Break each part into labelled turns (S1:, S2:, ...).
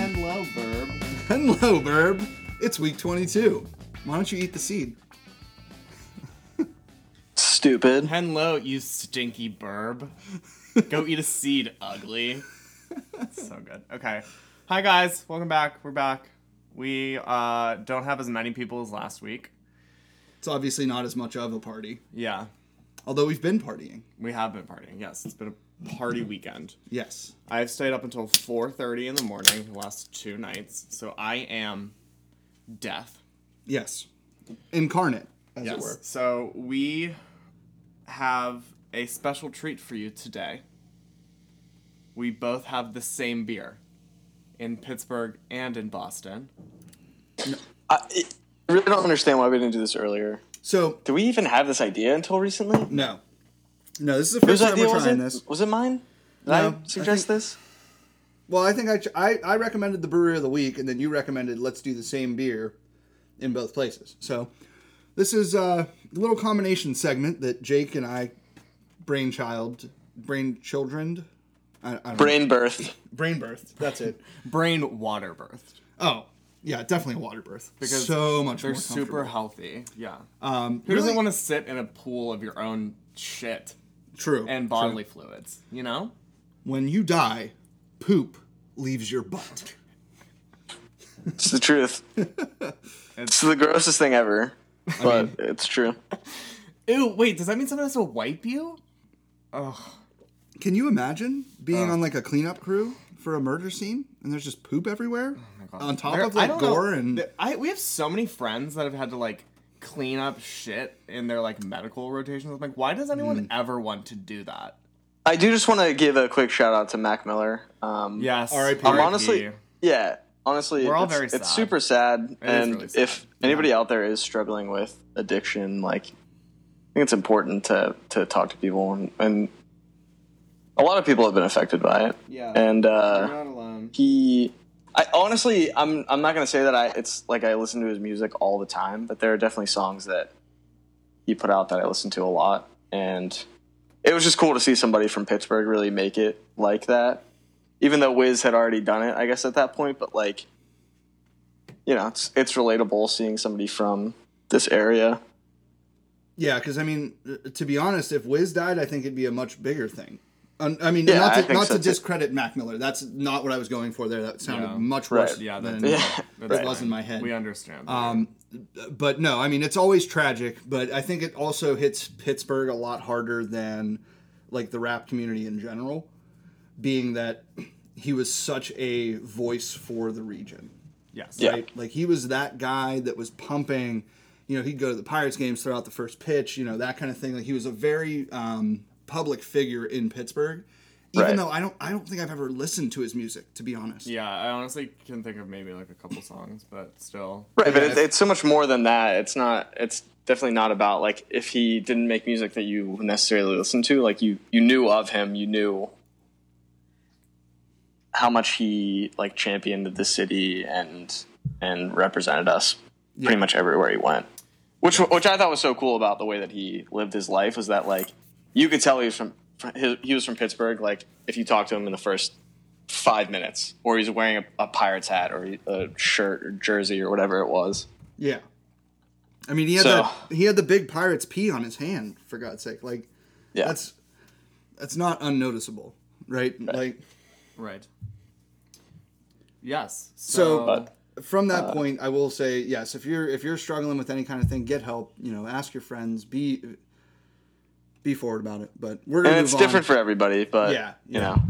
S1: Burb.
S2: Hello, Burb. It's week 22. Why don't you eat the seed?
S3: Stupid.
S1: Hello, you stinky burb. Go eat a seed, ugly. so good. Okay. Hi guys, welcome back. We're back. We uh don't have as many people as last week.
S2: It's obviously not as much of a party,
S1: Yeah.
S2: although we've been partying.
S1: We have been partying. Yes, it's been a party weekend.
S2: Yes.
S1: I've stayed up until 4:30 in the morning the last two nights. So I am death.
S2: Yes. Incarnate, as it
S1: Yes.
S2: were.
S1: So we have a special treat for you today. We both have the same beer in Pittsburgh and in Boston.
S3: I, I really don't understand why we didn't do this earlier.
S2: So,
S3: Did we even have this idea until recently?
S2: no. No, this is the first
S3: Whose
S2: time
S3: idea
S2: we're
S3: was it?
S2: trying this.
S3: Was it mine? Did
S2: No, I
S3: I suggest
S2: think-
S3: this?
S2: Well, I think I, ch- I, I recommended the brewery of the week, and then you recommended let's do the same beer in both places. So, this is uh, a little combination segment that Jake and I brainchild, brainchildrened. I, I don't know.
S3: Brain birth.
S2: brain birthed. That's it.
S1: Brain water birth
S2: Oh, yeah, definitely water birth
S1: Because
S2: so much
S1: they're
S2: more
S1: super
S2: comfortable.
S1: healthy. Yeah.
S3: Uh,
S2: Um,
S1: Who doesn't
S2: really-
S1: want to sit in a pool of your own shit
S2: true
S1: and
S2: true.
S1: bodily fluids? You know.
S2: When you die, poop leaves your butt.
S3: It's the truth. it's the grossest thing ever, but it's true.
S1: Ew. Wait. Does that mean someone has to wipe you?
S2: Can you imagine
S1: Uh.
S2: being on like a cleanup crew for a murder scene and there's just poop everywhere on top
S1: Oh There-
S2: of
S1: I
S2: like
S1: don't know.
S2: gore and
S1: Th- I we have so many friends that have had to like clean up shit in their like medical rotations. I'm like, why does anyone ever want to do that?
S3: I do just want to give a quick shout out to Mac Miller. Um,
S1: Yes.
S2: R.I.P..
S3: I'm honestly, yeah, honestly,
S1: We're all
S3: it's,
S1: very
S3: it's
S1: sad.
S3: super sad.
S1: It is
S3: and
S1: really sad,
S3: if anybody out there is struggling with addiction, like, I think it's important to to talk to people, and, and a lot of people have been affected by it.
S1: Yeah.
S3: And
S1: You're
S3: uh,
S1: not alone.
S3: he, I honestly, I'm I'm not gonna say that I it's like I listen to his music all the time, but there are definitely songs that he put out that I listen to a lot, and it was just cool to see somebody from Pittsburgh really make it like that. Even though Wiz had already done it, I guess at that point, but like, you know, it's it's relatable seeing somebody from this area.
S2: yeah, because I mean, uh, to be honest, if Wiz died, I think it'd be a much bigger thing. Un- I mean,
S3: Yeah,
S2: not
S3: I
S2: to,
S3: think
S2: not
S3: so
S2: to
S3: too.
S2: discredit Mac Miller. That's not what I was going for there. That sounded
S1: Yeah.
S2: much
S3: Right.
S2: worse
S1: Yeah, that
S2: than
S1: did.
S3: Yeah.
S1: That's
S2: it was
S1: fine.
S2: in my head.
S1: We understand.
S2: Um, but no, I mean it's always tragic, but I think it also hits Pittsburgh a lot harder than like the rap community in general, being that he was such a voice for the region.
S1: yes.
S3: Yeah.
S2: Right? Like he was that guy that was pumping, you know, he'd go to the Pirates games, throw out the first pitch, you know, that kind of thing. Like he was a very um, public figure in Pittsburgh. Even
S3: Right.
S2: though I don't I don't think I've ever listened to his music, to be honest.
S1: Yeah, I honestly can think of maybe like a couple songs, but still.
S3: Right, but it, it's so much more than that. It's not. It's definitely not about like if he didn't make music that you necessarily listened to. Like you, you knew of him. You knew how much he like championed the city and and represented us pretty much everywhere he went. Which which I thought was so cool about the way that he lived his life was that like you could tell he was from his, he was from Pittsburgh. Like if you talked to him in the first five minutes, or he's wearing a, a Pirates hat or he- a shirt or jersey or whatever it was.
S2: Yeah. I mean, he had
S3: So-
S2: that, he had the big pirate's pee on his hand for God's sake. Like
S3: Yeah,
S2: that's that's not unnoticeable, right? Like
S1: Right. Yes. So.
S2: so uh,
S3: But- uh,
S2: from that point, I will say yes. If you're if you're struggling with any kind of thing, get help. You know, ask your friends. Be be forward about it. But we're gonna
S3: and
S2: move
S3: it's different
S2: on.
S3: for everybody, but
S2: Yeah,
S3: you
S2: yeah.
S3: know,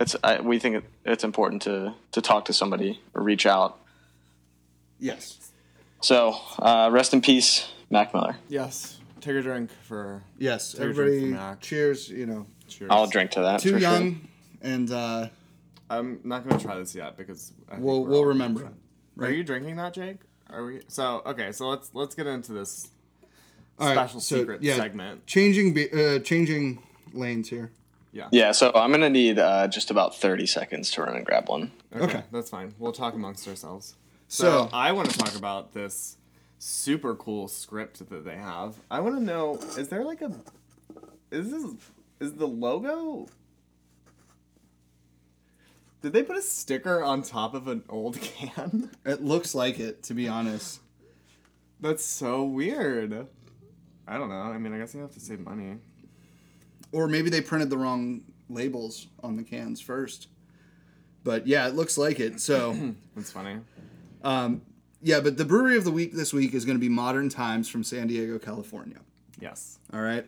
S3: it's I, we think it, it's important to to talk to somebody or reach out.
S2: yes,
S3: So uh, rest in peace, Mac Miller.
S1: yes. Take a drink for.
S2: yes.
S1: a drink
S2: Everybody,
S1: from Mac.
S2: cheers. You know,
S1: Cheers.
S3: I'll drink to that.
S2: too
S3: for sure.
S2: young, and uh,
S1: I'm Um, not gonna try this yet because I think
S2: we'll
S1: we're
S2: we'll
S1: all-
S2: remember.
S1: Are you drinking that, Jake? Are we? So okay, so let's let's get into this
S2: All right,
S1: special
S2: so,
S1: secret
S2: yeah,
S1: segment.
S2: Changing be- uh, changing lanes here.
S3: Yeah, so I'm gonna need uh, just about 30 seconds to run and grab one.
S1: Okay,
S2: okay.
S1: that's fine. We'll talk amongst ourselves. So,
S2: So,
S1: I want to talk about this super cool script that they have. I want to know: is there like a is this is the logo? Did they put a sticker on top of an old can?
S2: It looks like it, to be honest.
S1: That's so weird. I don't know. I mean, I guess you have to save money.
S2: Or maybe they printed the wrong labels on the cans first. But yeah, it looks like it. So
S1: That's funny.
S2: yeah, but the brewery of the week this week is going to be Modern Times from San Diego, California.
S1: Yes.
S2: All right.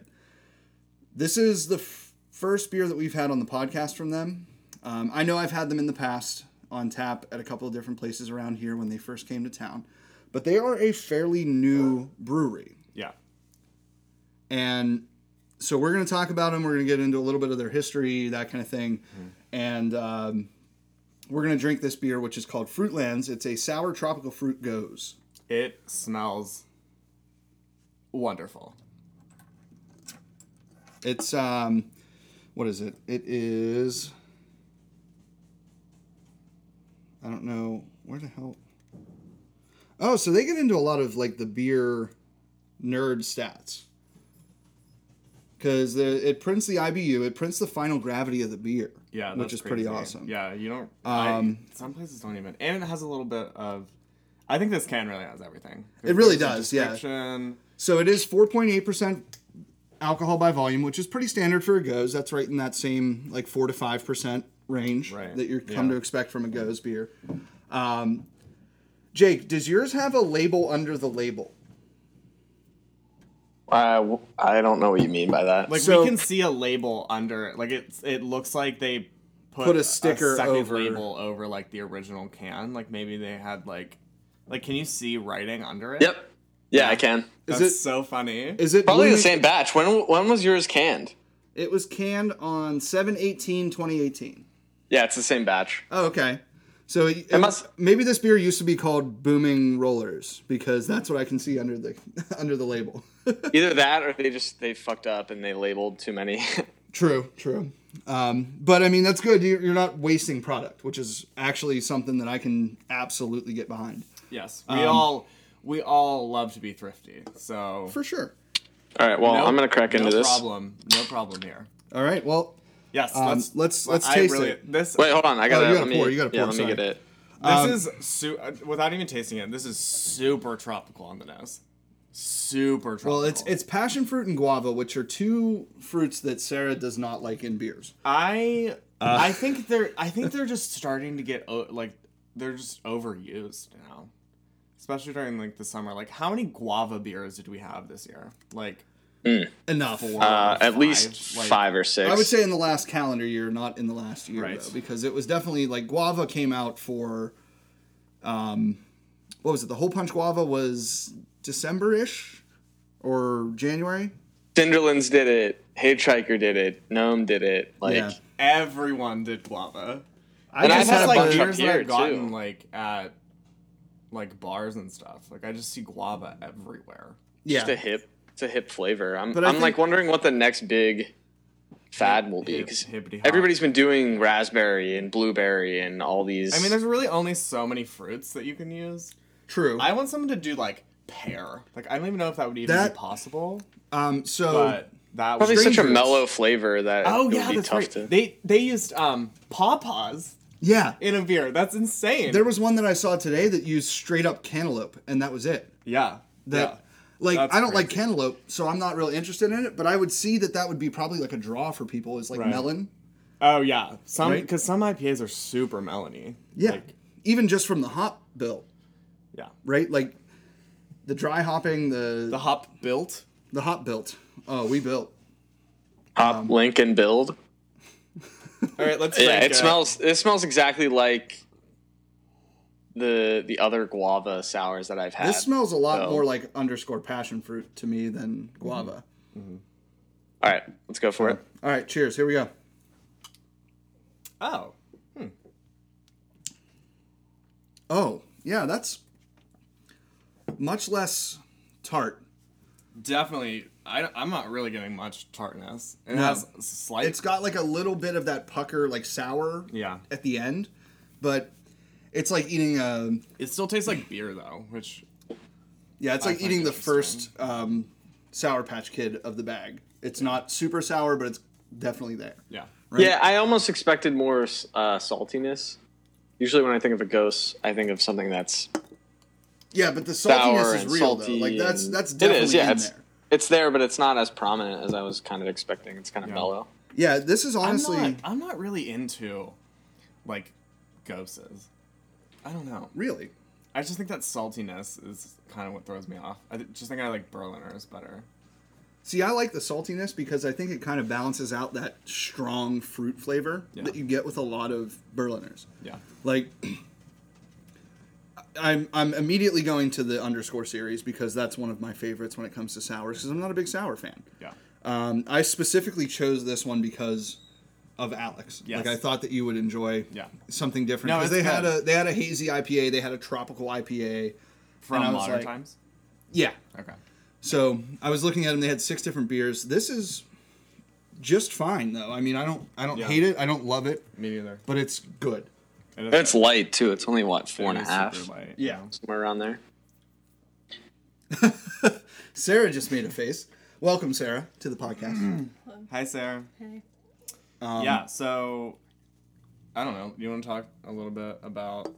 S2: This is the f- first beer that we've had on the podcast from them. Um, I know I've had them in the past on tap at a couple of different places around here when they first came to town, but they are a fairly new brewery.
S1: Yeah.
S2: And so we're going to talk about them. We're going to get into a little bit of their history, that kind of thing. And um, we're going to drink this beer, which is called Fruitlands. It's a sour tropical fruit goes.
S1: It smells wonderful.
S2: It's um, what is it? It is. I don't know where the hell. Oh, so they get into a lot of like the beer nerd stats because it prints the IBU, it prints the final gravity of the beer.
S1: Yeah, that's
S2: which is pretty
S1: crazy.
S2: awesome. Um,
S1: Yeah, you don't. I, some places don't even, and it has a little bit of. I think this can really has everything.
S2: It really
S1: There's a
S2: does, yeah.
S1: description.
S2: So it is 4.8% alcohol by volume, which is pretty standard for a goes. That's right in that same like 4 to 5% range
S1: Right,
S2: that you come
S1: yeah.
S2: to expect from a goes beer. Um, Jake, does yours have a label under the label?
S3: I, w- I don't know what you mean by that.
S1: Like
S2: So-
S1: we can see a label under it. Like it's it looks like they put,
S2: Put a sticker
S1: second
S2: over-
S1: label over like the original can. Like maybe they had like like can you see writing under it?
S3: yep. Yeah, I can.
S1: That's
S2: Is it-
S1: so funny.
S2: Is it
S3: Probably the
S2: Blooming-
S3: same batch. When when was yours canned?
S2: It was canned on 718 2018.
S3: Yeah, it's the same batch.
S2: Oh, okay. So it, it
S3: must-
S2: maybe this beer used to be called Booming Rollers because that's what I can see under the under the label.
S3: Either that or they just they fucked up and they labeled too many.
S2: True, true. Um, but I mean, that's good. You- You're not wasting product, which is actually something that I can absolutely get behind
S1: yes.
S2: um,
S1: We all we all love to be thrifty. So
S2: for sure.
S3: All right, well,
S1: No-
S3: I'm going to crack into
S1: no
S3: this.
S1: problem. No problem here.
S2: All right. Well,
S1: Yes,
S2: um,
S1: let's
S2: let's let's,
S1: I
S2: taste
S1: really,
S2: it.
S1: This
S3: Wait, hold on. I got to
S2: Oh, you gotta
S3: let me
S2: pour, you gotta
S3: Yeah,
S2: pour,
S3: let me
S2: sorry.
S3: get it.
S1: This is
S2: Um,
S1: su- uh, without even tasting it. This is super tropical on the nose. Super tropical.
S2: Well, it's it's passion fruit and guava, which are two fruits that Sarah does not like in beers.
S1: I uh, I think they're I think they're just starting to get o- like they're just overused now, especially during like the summer. Like how many guava beers did we have this year? Like
S2: Enough.
S3: Uh, at
S1: five,
S3: least
S1: like-
S3: 5 or 6.
S2: I would say in the last calendar year, not in the last year,
S1: Right.
S2: though, because it was definitely like guava came out for, um, what was it? The whole punch guava was December ish, or January.
S3: Cinderlands did it. Hitchhiker did it. Gnome did it. Like
S2: Yeah.
S1: everyone did guava.
S2: I
S3: And
S1: I
S3: I've
S1: just
S3: had
S1: had
S3: a
S1: like
S3: bunch up
S1: beers that
S3: here,
S1: I've gotten
S3: too.
S1: like at like bars and stuff. Like I just see guava everywhere.
S2: yeah.
S3: just a hip. It's a hip flavor. I'm
S2: But
S3: I'm
S2: I
S3: like
S2: think-
S3: wondering what the next big fad will be
S1: Hip-
S3: because
S1: hippity hop.
S3: everybody's been doing raspberry and blueberry and all these.
S1: I mean, there's really only so many fruits that you can use.
S2: True.
S1: I want someone to do like pear. Like I don't even know if that would even
S2: That-
S1: be possible.
S2: um. So
S1: But that
S3: probably
S1: was
S3: such a
S2: Green Juice.
S3: mellow flavor that it
S1: Oh
S3: would
S1: yeah,
S3: be
S1: that's
S3: tough
S1: right.
S3: to.
S1: They they used um pawpaws
S2: yeah,
S1: in a beer. That's insane.
S2: there was one that I saw today that used straight up cantaloupe, and that was it.
S1: yeah.
S2: That
S1: yeah.
S2: like
S1: That's
S2: I don't like
S1: crazy.
S2: cantaloupe, so I'm not really interested in it. But I would see that that would be probably like a draw for people is like
S1: Right.
S2: melon.
S1: Oh yeah. Some
S2: Right?
S1: because some IPAs are super melony.
S2: Yeah,
S1: Like,
S2: even just from the hop bill,
S1: yeah.
S2: right? Like the dry hopping, the
S1: The hop built.
S2: The hop built. Oh, we built.
S3: Hop, link, and build.
S1: All right, let's.
S3: Yeah,
S1: drink
S3: it smells. It smells exactly like the the other guava sours that I've had.
S2: This smells a lot
S3: so-
S2: more like underscore passion fruit to me than
S1: Mm-hmm.
S2: guava.
S3: All right, let's go for it.
S2: All right, cheers. Here we go.
S1: Oh,
S2: Oh, yeah, that's much less tart.
S1: definitely. I, I'm not really getting much tartness. It
S2: No.
S1: has slight.
S2: It's got like a little bit of that pucker, like sour
S1: yeah.
S2: at the end, but it's like eating a
S1: It still tastes like beer though, which
S2: yeah, it's like
S1: find
S2: eating the
S1: interesting.
S2: first um, sour patch kid of the bag. It's not super sour, but it's definitely there.
S1: yeah.
S2: right?
S3: Yeah, I almost expected more uh, saltiness. Usually, when I think of a ghost, I think of something that's
S2: yeah, but the
S3: sour
S2: saltiness is
S3: and
S2: real though.
S3: salty.
S2: Like that's
S3: and-
S2: that's definitely
S3: it is. Yeah,
S2: in
S3: it's
S2: there.
S3: it's there, but it's not as prominent as I was kind of expecting. It's kind of
S1: Yeah.
S3: mellow.
S2: Yeah, this is honestly
S1: I'm not, I'm not really into like ghosts. I don't know.
S2: really.
S1: I just think that saltiness is kind of what throws me off. I just think I like Berliners better.
S2: See, I like the saltiness because I think it kind of balances out that strong fruit flavor
S1: Yeah.
S2: that you get with a lot of Berliners.
S1: Yeah.
S2: Like, I'm I'm immediately going to the underscore series because that's one of my favorites when it comes to sours because I'm not a big sour fan.
S1: Yeah.
S2: Um, I specifically chose this one because of Alex.
S1: Yes.
S2: Like I thought that you would enjoy
S1: Yeah.
S2: something different
S1: No,
S2: because
S1: it's
S2: they had
S1: good.
S2: a they had a hazy IPA, they had a tropical IPA.
S1: From
S2: And I was
S1: modern
S2: like-
S1: times.
S2: Yeah.
S1: Okay.
S2: So I was looking at them. They had six different beers. This is just fine though. I mean, I don't I don't
S1: Yeah.
S2: hate it. I don't love it,
S1: Me neither.
S2: but it's good.
S1: It is-
S3: It's light too. It's only what
S1: it
S3: four and a
S1: is
S3: half,
S1: super light,
S2: Yeah.
S3: somewhere around there.
S2: Sarah just made a face. Welcome, Sarah, to the podcast.
S1: Hi, Sarah.
S4: Hey.
S2: Um,
S1: yeah. So, I don't know. You want to talk a little bit about?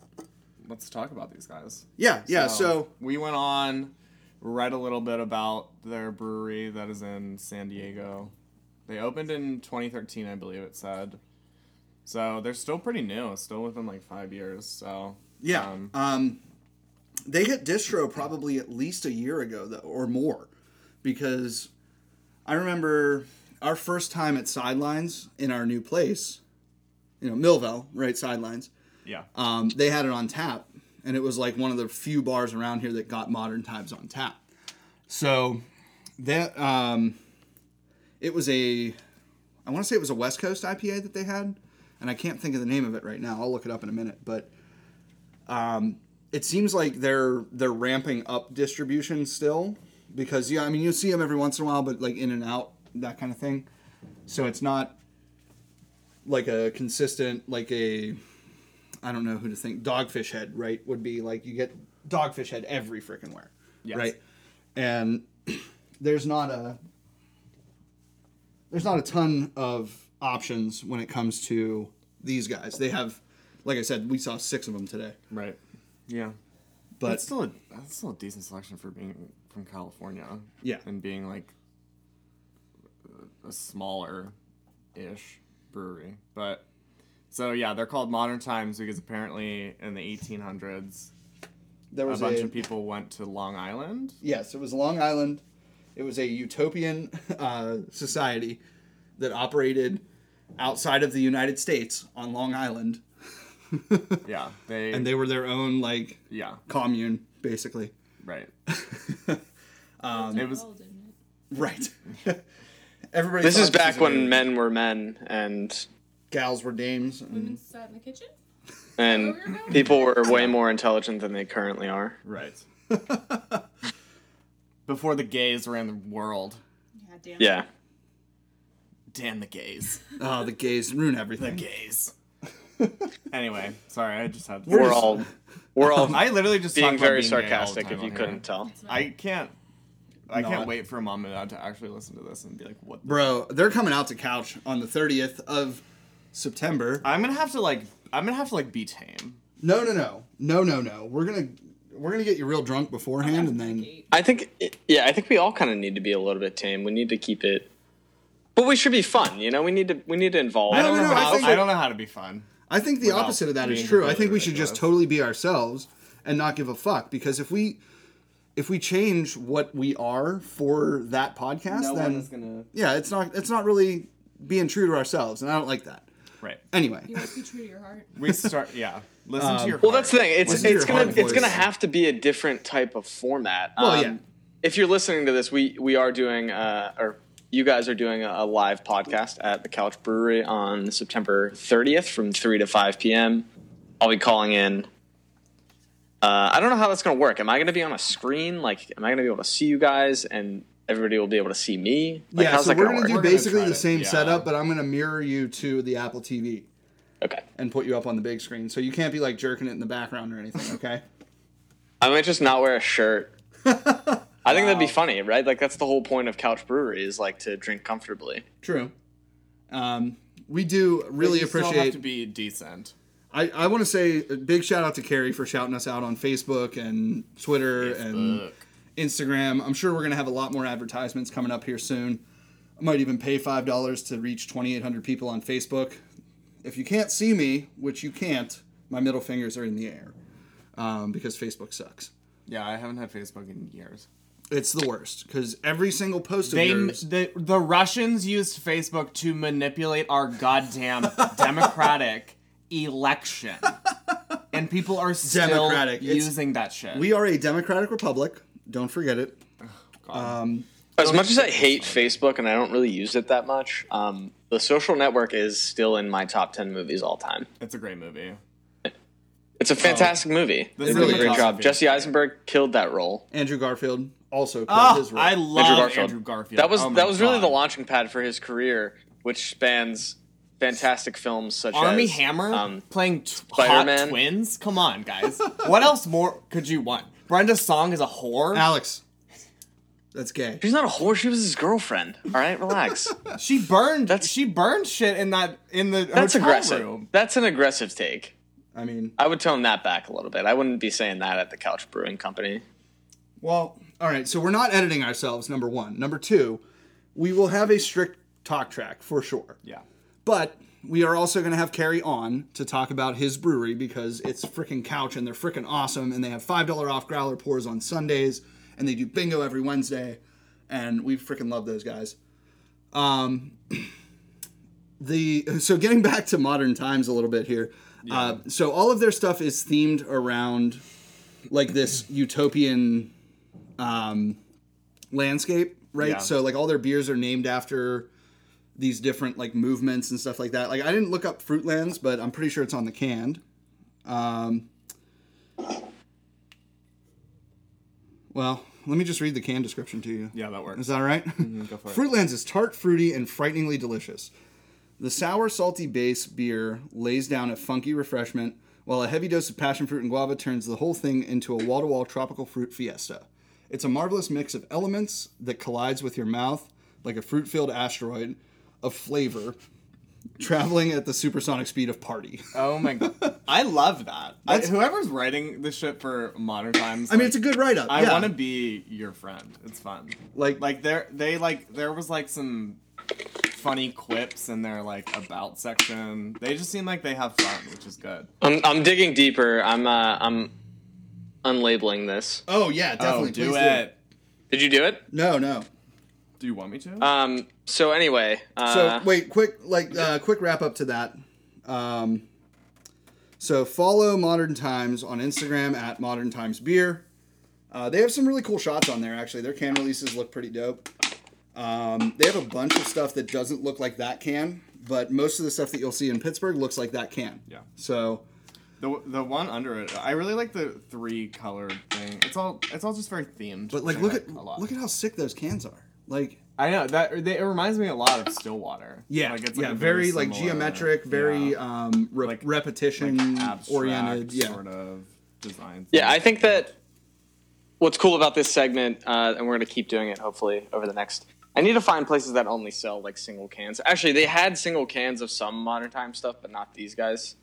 S1: Let's talk about these guys. Um,
S2: Yeah, yeah. so
S1: we went on, read a little bit about their brewery that is in San Diego. They opened in 2013, I believe it said. So they're still pretty new, still within like five years. So
S2: Yeah. Um,
S1: um,
S2: they hit distro probably at least a year ago though, or more, because I remember our first time at Sidelines in our new place, you know, Millville, right? Sidelines.
S1: yeah,
S2: Um, they had it on tap, and it was like one of the few bars around here that got Modern Times on tap. So that um, it was a, I want to say it was a West Coast IPA that they had, and I can't think of the name of it right now. I'll look it up in a minute, but um, it seems like they're they're ramping up distribution still because yeah, I mean you see them every once in a while, but like in and out that kind of thing. So it's not like a consistent like a I don't know who to think dogfish head right would be like you get dogfish head every freaking where
S1: Yes.
S2: right and there's not a there's not a ton of options when it comes to these guys they have like I said we saw six of them today
S1: right, yeah.
S2: but
S1: that's still a that's still a decent selection for being from California.
S2: Yeah.
S1: and being like a smaller ish brewery, but so yeah, they're called Modern Times because apparently in the 1800s
S2: there
S1: a
S2: was
S1: bunch of people went to Long Island.
S2: Yes, it was Long Island. It was a utopian uh, society that operated outside of the United States on Long Island,
S1: Yeah, they
S2: and they were their own like
S1: yeah
S2: commune, basically.
S1: right.
S4: it
S1: was-
S2: Right. Everybody.
S3: This
S2: thought
S3: is back
S2: was a-
S3: when men were men, and
S2: gals were dames.
S4: Women
S2: And,
S4: sat in the kitchen.
S3: and people were way more intelligent than they currently are.
S1: Right. Before the gays ran the world.
S4: Yeah, damn.
S3: Yeah.
S1: Damn the gays.
S2: oh, the gays ruin everything.
S1: Gays. anyway, sorry, I just had.
S3: we're all we're all
S1: I literally just talk
S3: being
S1: about
S3: very
S1: gay all the
S3: sarcastic
S1: time
S3: if you
S1: on here.
S3: couldn't tell
S4: It's
S1: I can't. I
S2: No, I-
S1: can't wait for mom and dad to actually listen to this and be like, "What?" The...
S2: Bro, they're coming out to couch on the 30th of September.
S1: I'm gonna have to like. I'm gonna have to like be tame.
S2: No, no, no, no, no, no. We're gonna we're gonna get you real drunk beforehand, and then.
S3: i think yeah i think we all kind of need to be a little bit tame we need to keep it but we should be fun you know we need to we need to involve
S1: I don't
S2: no,
S1: know.
S2: no, I
S1: how,
S2: think-
S1: I don't know how to be fun.
S2: I think the
S1: without
S2: opposite of that is
S1: being
S2: true. I
S1: completely
S2: think we should just
S1: ridiculous.
S2: totally be ourselves and not give a fuck because if we if we change what we are for that podcast, then
S1: gonna.
S2: yeah, it's not it's not really being true to ourselves, and I don't like that.
S1: Right.
S2: Anyway,
S4: You must be true to your heart.
S1: We start. Yeah. Listen to your.
S3: well that's the
S1: heart.
S3: thing it's
S2: Listen to
S3: it's
S2: your
S3: gonna
S2: hard
S3: it's
S2: voice.
S3: gonna have to be a different type of format Um,
S2: Well, yeah.
S3: if you're listening to this we we are doing uh or you guys are doing a, a live podcast at the couch brewery on september 30th from 3 to 5 p.m i'll be calling in uh, I don't know how that's going to work. Am I going to be on a screen? Like, am I going to be able to see you guys and everybody will be able to see me? Like,
S2: yeah,
S3: how's
S2: so
S3: that
S2: we're
S3: going
S2: gonna
S3: to work?
S2: do
S1: We're gonna
S2: basically
S1: try
S2: the
S1: to-
S2: same
S1: yeah.
S2: setup, but I'm gonna mirror you to the Apple TV
S3: okay.
S2: and put you up on the big screen, so you can't be like jerking it in the background or anything. Okay.
S3: I might just not wear a shirt. I think that'd be funny, right? Like, that's the whole point of Couch Brewery is like to drink comfortably.
S2: True. Um, we do really
S1: You
S2: appreciate.
S1: Still have to be decent.
S2: I, I want to say a big shout out to Carrie for shouting us out on Facebook and Twitter and
S1: Fuck.
S2: Instagram. I'm sure we're going to have a lot more advertisements coming up here soon. I might even pay $5 to reach 2,800 people on Facebook. If you can't see me, which you can't, my middle fingers are in the air um, because Facebook sucks.
S1: Yeah, I haven't had Facebook in years.
S2: It's the worst because every single post of
S1: They,
S2: yours.
S1: the, the Russians used Facebook to manipulate our goddamn democratic election. And people are still
S2: Democratic, it's-
S1: using that shit.
S2: We are a democratic republic. Don't forget it.
S3: As much as I hate Facebook and I don't really use it that much, um, the social network is still in my top 10 movies all time.
S1: it's a great movie.
S3: It's a fantastic movie. They
S1: Oh. is
S3: did
S1: really
S3: a great
S1: tough
S3: job.
S1: movie.
S3: Jesse Eisenberg killed that role.
S2: Andrew Garfield also killed
S1: Oh,
S2: his role.
S1: I love Andrew Garfield.
S3: That was
S1: Oh my
S3: that was really
S1: God.
S3: the launching pad for his career, which spans fantastic films such
S1: Army
S3: as
S1: Hammer
S3: Um,
S1: playing t- hot
S3: Spider-Man.
S1: twins. Come on, guys. what else more could you want? Brenda Song is a whore.
S2: Alex. That's gay.
S3: she's not a whore. She was his girlfriend. All right, relax.
S1: She burned.
S3: That's-
S1: she burned shit in that in the
S3: That's
S1: hotel
S3: aggressive.
S1: room.
S3: That's an aggressive take.
S2: I mean,
S3: I would tone that back a little bit. I wouldn't be saying that at the Couch Brewing Company.
S2: Well, all right. So we're not editing ourselves. Number one. Number two, we will have a strict talk track for sure.
S1: Yeah.
S2: But we are also going to have Carrie on to talk about his brewery because it's freaking couch and they're freaking awesome and they have five dollar off growler pours on Sundays and they do bingo every Wednesday and we freaking love those guys. Um, the so getting back to modern times a little bit here. Uh, so all of their stuff is themed around like this utopian um, landscape, right?
S1: Yeah.
S2: So like all their beers are named after these different like movements and stuff like that. Like I didn't look up Fruitlands, but I'm pretty sure it's on the canned. Um, well, let me just read the can description to you.
S1: Yeah, that works.
S2: Is that all right?
S1: Mm-hmm,
S2: Fruitlands is tart, fruity, and frighteningly delicious. The sour, salty base beer lays down a funky refreshment, while a heavy dose of passion fruit and guava turns the whole thing into a wall to wall tropical fruit fiesta. It's a marvelous mix of elements that collides with your mouth like a fruit filled asteroid of flavor traveling at the supersonic speed of party.
S1: Oh my god. I love that. I- whoever's writing this shit for modern times.
S2: I mean, it's a good write up.
S1: I want to be your friend. It's fun.
S2: Like-
S1: like there they like there was like some funny quips in their like about section. They just seem like they have fun, which is good.
S3: I'm, I'm digging deeper. I'm uh, I'm unlabeling this.
S2: Oh, yeah, definitely.
S1: oh, do
S2: Please
S1: it.
S3: Did you do it?
S2: No, no.
S1: Do. you want me to?
S3: Um. So anyway,
S2: So
S3: uh,
S2: wait, quick like uh, quick wrap up to that. Um, so follow Modern Times on Instagram at Modern Times Beer. Uh, they have some really cool shots on there. Actually, their can releases look pretty dope. Um, they have a bunch of stuff that doesn't look like that can, but most of the stuff that you'll see in Pittsburgh looks like that can.
S1: Yeah.
S2: So
S1: the the one under it. I really like the three colored thing. It's all it's all just very themed.
S2: but like,
S1: which
S2: look
S1: I
S2: at
S1: a lot.
S2: look at how sick those cans are. Like,
S1: I know that they, it reminds me a lot of Stillwater. like it's like
S2: yeah,
S1: a
S2: very, like
S1: similar-
S2: geometric, very
S1: yeah,
S2: um, re-
S1: Like-
S2: repetition
S1: abstract
S2: oriented. Yeah,
S1: sort of design.
S3: yeah, I think that what's cool about this segment, uh, and we're gonna keep doing it hopefully over the next. I need to find places that only sell like single cans. Actually, they had single cans of some modern time stuff, but not these guys,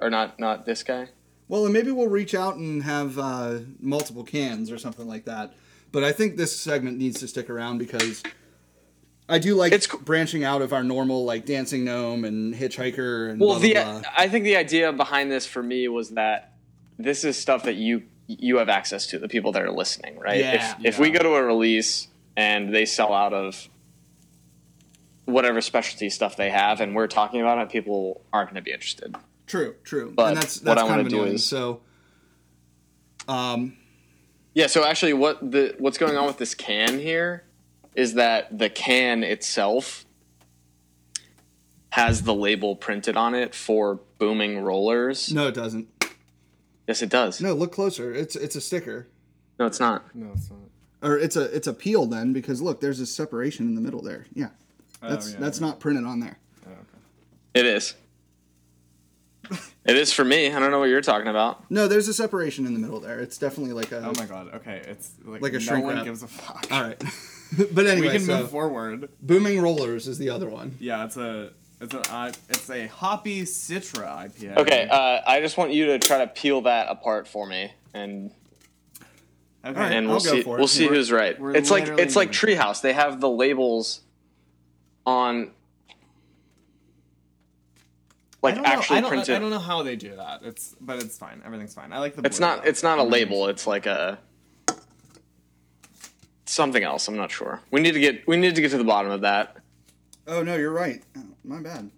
S3: or not not this guy.
S2: Well, and maybe we'll reach out and have uh, multiple cans or something like that. But I think this segment needs to stick around because I do like
S3: It's co-
S2: branching out of our normal like dancing gnome and hitchhiker and
S3: Well,
S2: blah,
S3: the
S2: blah, blah.
S3: I think the idea behind this for me was that this is stuff that you you have access to the people that are listening, right?
S2: Yeah.
S3: if, if we go to a release and they sell out of whatever specialty stuff they have, and we're talking about it, people aren't going to be interested.
S2: true, true.
S3: But
S2: and that's
S3: what
S2: that's
S3: I
S2: kind
S3: wanna
S2: of
S3: do
S2: annoying.
S3: is-
S2: so. Um,
S3: Yeah. So actually, what the what's going on with this can here is that the can itself has the label printed on it for booming rollers.
S2: no, it doesn't.
S3: Yes, it does.
S2: No, look closer. It's it's a sticker
S3: no it's not.
S1: No, it's not.
S2: or it's a it's a peel then because look, there's a separation in the middle there. Yeah, that's
S1: Oh, yeah,
S2: that's not printed on there.
S1: Oh, okay.
S3: It is. It is for me. I don't know what you're talking about.
S2: No, there's a separation in the middle there. It's definitely like a
S1: Oh my god. Okay, it's like,
S2: Like
S1: no
S2: a shrink
S1: one
S2: wrap.
S1: gives a fuck.
S2: All right. but anyway,
S1: we can
S2: so
S1: move forward.
S2: booming rollers is the other one.
S1: Yeah, it's a It's a uh, it's a hoppy Citra IPA.
S3: Okay, uh, I just want you to try to peel that apart for me, and
S1: okay.
S2: right.
S3: and
S2: I'll
S3: we'll
S2: go
S3: see
S2: for it.
S3: we'll see
S1: We're-
S3: who's right.
S1: we're
S3: It's like
S1: literally
S3: it's like
S1: moving.
S3: Treehouse. They have the labels on like
S1: I don't know- I
S3: actually
S1: don't,
S3: printed.
S1: I don't know how they do that. It's but it's fine. Everything's fine. I like the.
S3: It's
S1: blue.
S3: not it's not a label. It's like a something else. I'm not sure. We need to get we need to get to the bottom of that.
S2: Oh no, you're right. Oh, my bad.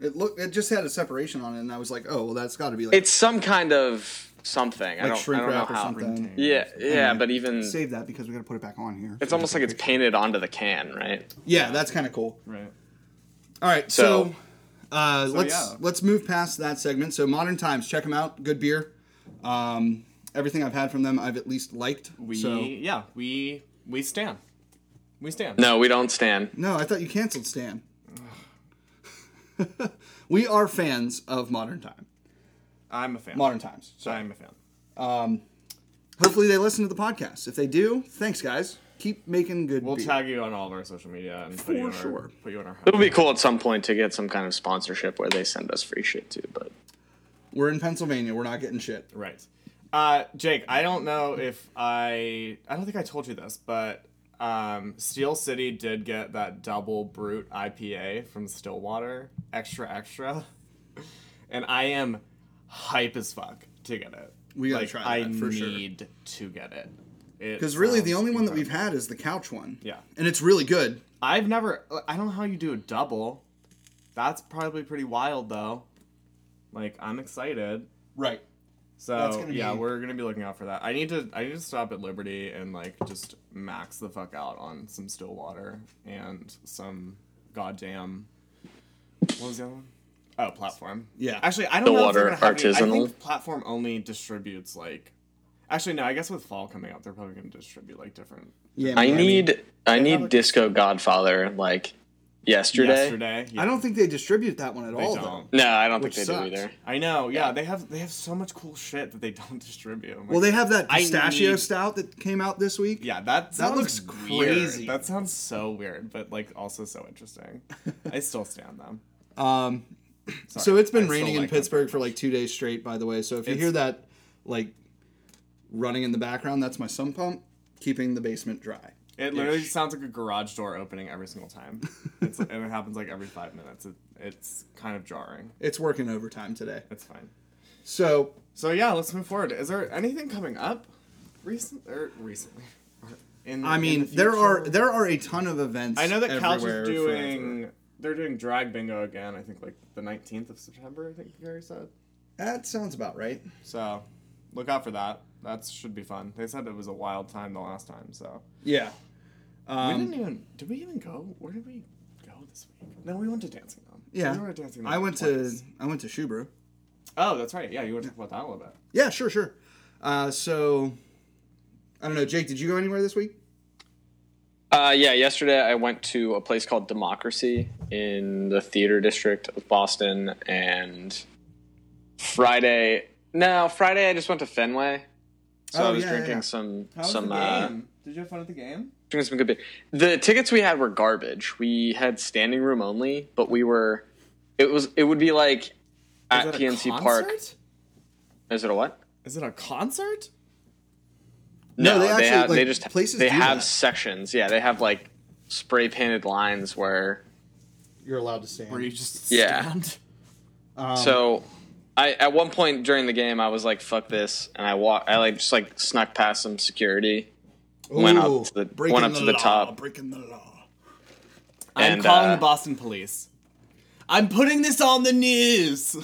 S2: It looked. It just had a separation on it, and I was like, oh well, that's got to be like
S3: It's some kind of something. I
S2: like
S3: don't,
S2: shrink
S3: I don't know
S2: wrap or
S3: how.
S2: something.
S1: Retained.
S3: Yeah, yeah,
S2: Anyway,
S3: but even
S2: Save that because we got to put it back on here.
S3: it's almost like it's painted onto the can, right?
S2: yeah, that's kind of cool.
S1: Right.
S2: All right, so,
S3: So-
S2: uh, let's
S1: yeah.
S2: let's move past that segment. So modern times, check them out. Good beer. Um, everything I've had from them, I've at least liked.
S1: We
S2: so
S1: yeah we we stand. We stand.
S3: No, we don't stand.
S2: no, I thought you canceled Stan. we are fans of modern time.
S1: I'm a fan.
S2: Modern times. So
S1: I'm a fan.
S2: hopefully they listen to the podcast. If they do, thanks guys. Keep making good
S1: We'll
S2: beer.
S1: tag you on all of our social media and put you
S2: For
S1: on
S2: sure.
S1: our put you on our.
S3: It would be cool at some point to get some kind of sponsorship where they send us free shit too. But
S2: We're in Pennsylvania. We're not getting shit.
S1: Right. Uh, Jake, I don't know if I I don't think I told you this, but um, Steel City did get that double brute IPA from Stillwater, extra extra, and I am hype as fuck to get it.
S2: We gotta
S1: Like,
S2: try
S1: I
S2: that for sure.
S1: need to get it.
S2: Because really, the only one that we've had is the couch one.
S1: Yeah.
S2: And it's really good.
S1: I've never I don't know how you do a double. That's probably pretty wild though. Like I'm excited.
S2: Right.
S1: So
S2: That's gonna
S1: yeah,
S2: be-
S1: we're gonna be looking out for that. I need to I need to stop at Liberty and like just max the fuck out on some Stillwater and some goddamn what was the other one? Oh, platform.
S2: Yeah.
S1: Actually, I don't know. If they're gonna
S3: Stillwater
S1: have any- I
S3: Artisanal.
S1: think platform only distributes like. Actually, no. I guess with fall coming up, they're probably gonna distribute like different.
S2: Yeah.
S3: I
S2: man.
S3: need I
S1: probably-
S3: need Disco Godfather like yesterday.
S1: Yesterday.
S2: I don't think they distribute that one at all.
S1: don't.
S2: Though.
S3: No, I don't
S2: Which
S3: think they
S2: sucks.
S3: do either.
S1: I know. Yeah, they have they have so much cool shit that they don't distribute. I'm
S2: Well,
S1: like,
S2: they have that
S1: I
S2: pistachio
S1: need-
S2: stout that came out this week.
S1: Yeah, that sounds
S2: looks
S1: weird.
S2: crazy.
S1: That sounds so weird, but like also so interesting. I still stand them.
S2: Um,
S1: Sorry.
S2: so it's
S1: I
S2: been
S1: still
S2: raining in
S1: like them.
S2: Pittsburgh for like two days straight. By the way, so if you
S1: It's-
S2: hear that, like running in the background, that's my sump pump keeping the basement dry.
S1: It literally sounds like a garage door opening every single time. It's, and it happens like every five minutes. It, it's kind of jarring.
S2: It's working overtime today.
S1: It's fine.
S2: So
S1: So yeah, let's move forward. Is there anything coming up recent or recently? In
S2: I
S1: in
S2: mean,
S1: the
S2: there are
S1: future?
S2: there are a ton of events.
S1: I know that Couch
S2: everywhere
S1: is
S2: forever.
S1: doing. They're doing drag bingo again. I think like the nineteenth of September. I think Gary said.
S2: That sounds about right.
S1: So look out for that. That should be fun. They said it was a wild time the last time, so
S2: Yeah. Um,
S1: we didn't even did we even go? Where did we go this week? No, we went to Dancing Dome.
S2: Yeah.
S1: We were at Dancing Dome.
S2: I went to
S1: twice.
S2: I went to Shubra.
S1: Oh, that's right. Yeah, you want to talk about that a little bit.
S2: Yeah, sure, sure. Uh, so I don't know, Jake. Did you go anywhere this week?
S3: Uh, yeah, yesterday I went to a place called Democracy in the theater district of Boston, and Friday. No, Friday I just went to Fenway, so
S2: Oh,
S3: I was
S2: yeah, yeah,
S3: drinking
S2: yeah.
S3: some
S1: How was
S3: some
S1: the
S3: uh,
S1: game? Did you have fun at the game?
S3: drinking some good beer. The tickets we had were garbage. We had standing room only, but we were. It was. It would be like at
S1: Is it a
S3: PNC Park.
S1: concert?
S3: Is it a what?
S1: Is it a concert?
S2: No,
S3: No,
S2: they
S3: they,
S2: actually,
S3: have,
S2: like,
S3: they just
S2: places
S3: they
S2: do
S3: have
S2: that.
S3: sections. Yeah, they have like spray painted lines where
S2: You're allowed to
S1: Where you
S2: stand.
S1: just
S3: Yeah.
S1: stand?
S2: Um,
S3: So, I at one point during the game, I was like, "Fuck this," and I walk. I like just like snuck past some security. went up
S2: ooh,
S3: to the-
S2: breaking
S3: went up to the
S2: law,
S3: top.
S2: Breaking the law.
S1: I'm
S3: And,
S1: calling
S3: uh,
S1: the Boston police. I'm putting this on the news.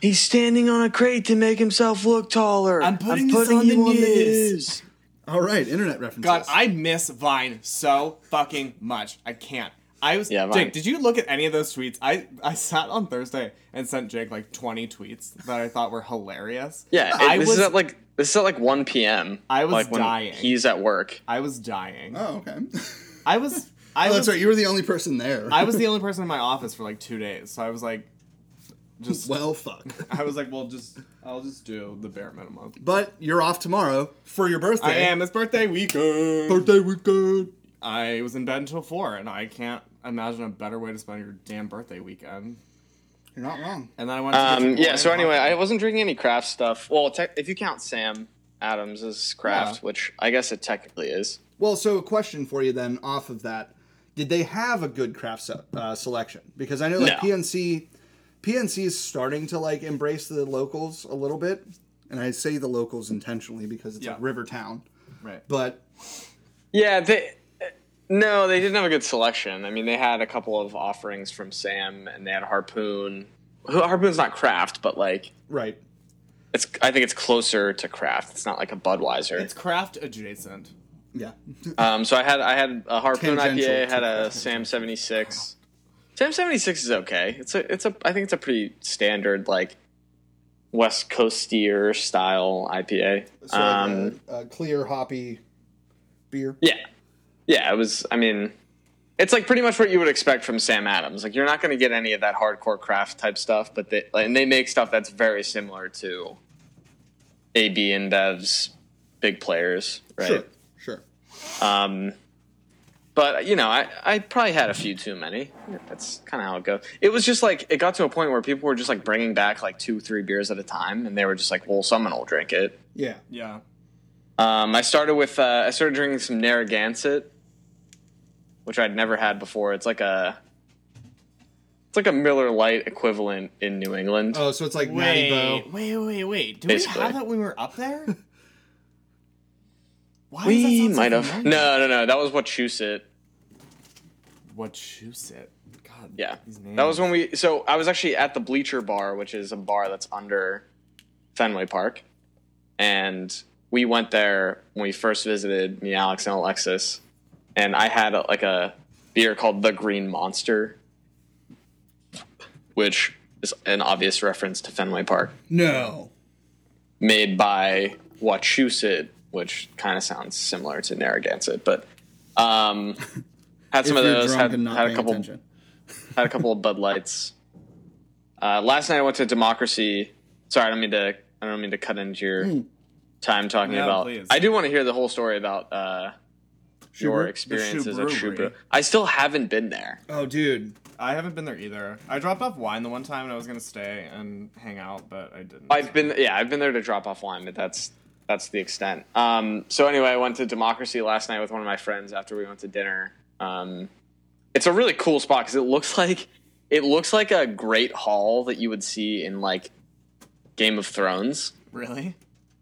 S3: He's standing on a crate to make himself look taller.
S1: I'm putting this on the news."
S2: All right, internet references.
S1: God, I miss Vine so fucking much. I can't. I was
S3: Yeah, Vine.
S1: Jake. Did you look at any of those tweets? I I sat on Thursday and sent Jake like 20 tweets that I thought were hilarious.
S3: Yeah, it-
S1: I
S3: this
S1: was
S3: is at like this is at like 1 p.m.
S1: I was
S3: like, when
S1: dying.
S3: He's at work.
S1: I was dying.
S2: oh, okay.
S1: I was I
S2: oh,
S1: was
S2: that's right. You were the only person there.
S1: I was the only person in my office for like 2 days. So I was like just
S2: well, fuck.
S1: I was like, well, just I'll just do the bare minimum.
S2: But you're off tomorrow for your birthday.
S1: I am. It's birthday weekend.
S2: Birthday weekend.
S1: I was in bed until four, and I can't imagine a better way to spend your damn birthday weekend.
S2: You're not wrong.
S1: And then I went. To
S3: Um,
S1: get
S3: yeah. So
S1: Hawaiian
S3: anyway, I
S1: coffee.
S3: wasn't drinking any craft stuff. Well, te- if you count Sam Adams as craft,
S1: Yeah.
S3: which I guess it technically is.
S2: Well, so a question for you then off of that. Did they have a good craft se- uh, selection? Because I know like
S3: No.
S2: PNC PNC is starting to like embrace the locals a little bit. And I say the locals intentionally because it's like
S1: Yeah.
S2: River Town.
S1: right.
S2: But
S3: Yeah. They. No, they didn't have a good selection. I mean, they had a couple of offerings from Sam, and they had Harpoon. Who- Harpoon's not craft, but like
S2: right.
S3: it's. I think it's closer to craft. It's not like a Budweiser.
S1: It's craft adjacent.
S2: Yeah.
S3: Um, so I had I had a harpoon
S2: Tangential
S3: IPA, had
S2: to-
S3: a Sam seventy six. Sam seventy six is okay. It's a it's a I think it's a pretty standard like West Coastier style IPA.
S2: So like,
S3: um,
S2: a, a clear hoppy beer.
S3: yeah, yeah. It was. I mean, it's like pretty much what you would expect from Sam Adams. Like you're not going to get any of that hardcore craft type stuff, but they like, and they make stuff that's very similar to AB and Bev's big players, right?
S2: Sure. Sure.
S3: Um, but you know, I, I probably had a few too many. That's kind of how it goes. It was just like it got to a point where people were just like bringing back like two, three beers at a time, and they were just like, "Well, someone will drink it."
S2: Yeah.
S1: Yeah.
S3: Um, I started with uh, I started drinking some Narragansett, which I'd never had before. It's like a it's like a Miller Light equivalent in New England.
S2: Oh, so it's like Natty Bo.
S1: Wait, wait, wait, wait. Did
S3: Basically.
S1: we have that when we were up there? Why does that
S3: we
S1: sound so
S3: might have
S1: familiar?
S3: no, no, no. That was Wachusett.
S1: Wachusett. God.
S3: Yeah.
S1: these
S3: That was
S1: names.
S3: when we so I was actually at the Bleacher Bar, which is a bar that's under Fenway Park. And we went there when we first visited me, Alex, and Alexis. And I had a, like a beer called the Green Monster, which is an obvious reference to Fenway Park,
S2: No.
S3: made by Wachusett, which kind of sounds similar to Narragansett, but um, had some
S2: If
S3: of
S2: you're
S3: those.
S2: drunk
S3: Had,
S2: and not
S3: had a
S2: paying
S3: couple
S2: attention.
S3: had a couple of Bud Lights. Uh, last night I went to Democracy. Sorry, I don't mean to. I don't mean to cut into your
S1: Hmm.
S3: time talking
S1: No,
S3: about.
S1: please.
S3: I do want to hear the whole story about uh, your
S2: Schubert?
S3: experiences
S1: The
S3: at
S1: Shoe
S3: Shubra.
S1: Brewery.
S3: I still haven't been there.
S2: Oh, dude.
S1: I haven't been there either. I dropped off wine the one time and I was gonna stay and hang out, but I didn't.
S3: I've been yeah, I've been there to drop off wine, but that's that's the extent. Um, so anyway, I went to Democracy last night with one of my friends after we went to dinner. Um, it's a really cool spot because it looks like it looks like a great hall that you would see in like Game of Thrones.
S1: really.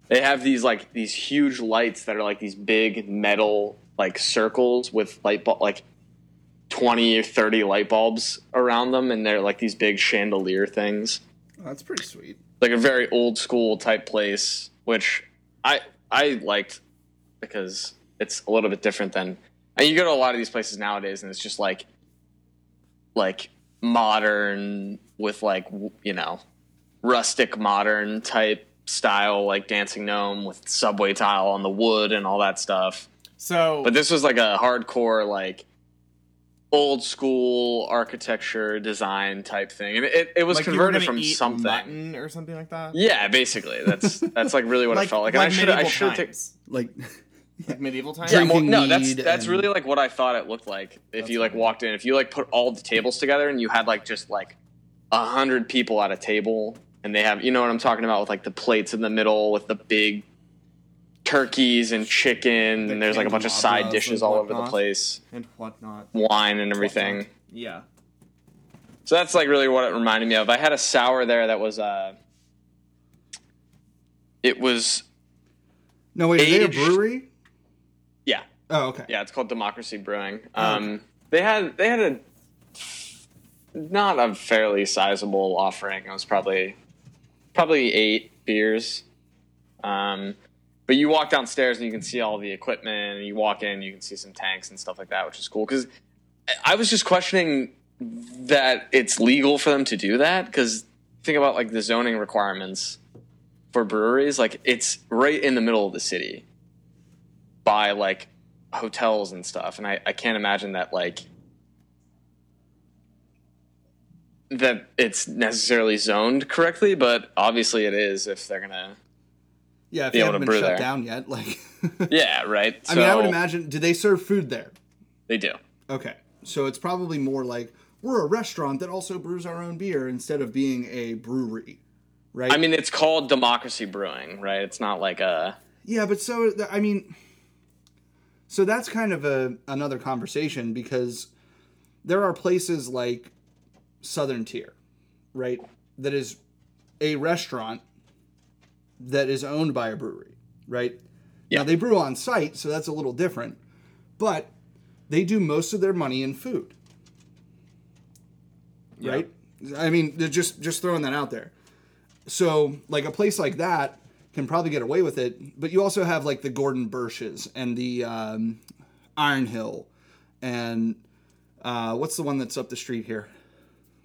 S3: they have these like these huge lights that are like these big metal like circles with light bulb like 20 or 30 light bulbs around them and they're like these big chandelier things
S2: Oh, that's pretty sweet.
S3: like a very old school type place which i i liked because it's a little bit different than and you go to a lot of these places nowadays and it's just like like modern with like w- you know rustic modern type style like dancing gnome with subway tile on the wood and all that stuff
S1: So
S3: but this was like a hardcore like old school architecture design type thing and it, it was
S1: like you were
S3: converted
S1: gonna
S3: from
S1: eat
S3: something
S1: mutton or something like that.
S3: yeah, basically. That's that's like really what I felt like. And I should I
S1: medieval
S3: should take
S1: times.
S2: Like,
S1: like medieval times.
S3: yeah, well,
S2: Drinking
S3: no, that's
S2: mead
S3: that's
S2: and-
S3: really like what I thought it looked like. If
S1: That's
S3: you like
S1: funny.
S3: walked in, if you like put all the tables together and you had like just like a hundred people at a table, and they have you know what I'm talking about with like the plates in the middle with the big turkeys and chicken,
S1: The
S3: and there's like a bunch of side
S1: candelabras
S3: dishes
S1: and
S3: all over the
S1: whatnot.
S3: place,
S1: and whatnot.
S3: wine and everything.
S1: Yeah.
S3: So that's like really what it reminded me of. I had a sour there that was uh, it was
S2: no, wait, are they a
S3: Aged-
S2: brewery?
S3: yeah.
S2: Oh, okay.
S3: Yeah, it's called Democracy Brewing. Um, they had they had a not a fairly sizable offering. It was probably probably eight beers. Um, but you walk downstairs and you can see all the equipment. And you walk in, you can see some tanks and stuff like that, which is cool. Because I was just questioning that it's legal for them to do that. Because think about like the zoning requirements for breweries. Like it's right in the middle of the city by like hotels and stuff and I, I can't imagine that like that it's necessarily zoned correctly but obviously it is if they're gonna
S2: Yeah, if
S3: Be
S2: you
S3: able
S2: haven't
S3: to
S2: been
S3: brew
S2: shut
S3: there.
S2: down yet, like.
S3: yeah right
S2: I mean, I would
S3: So-
S2: imagine. Do they serve food there?
S3: They do.
S2: Okay. So it's probably more like we're a restaurant that also brews our own beer instead of being a brewery, right?
S3: I mean, it's called Democracy Brewing, right? It's not like a
S2: yeah, but so th- I mean, so that's kind of a another conversation because there are places like Southern Tier, right? That is a restaurant that is owned by a brewery, right?
S3: Yeah.
S2: Now they brew on site, so that's a little different, but they do most of their money in food. right? I mean, they're just just throwing that out there. So, like a place like that can probably get away with it, but you also have like the Gordon Burshes and the um, Iron Hill, and uh, what's the one that's up the street here?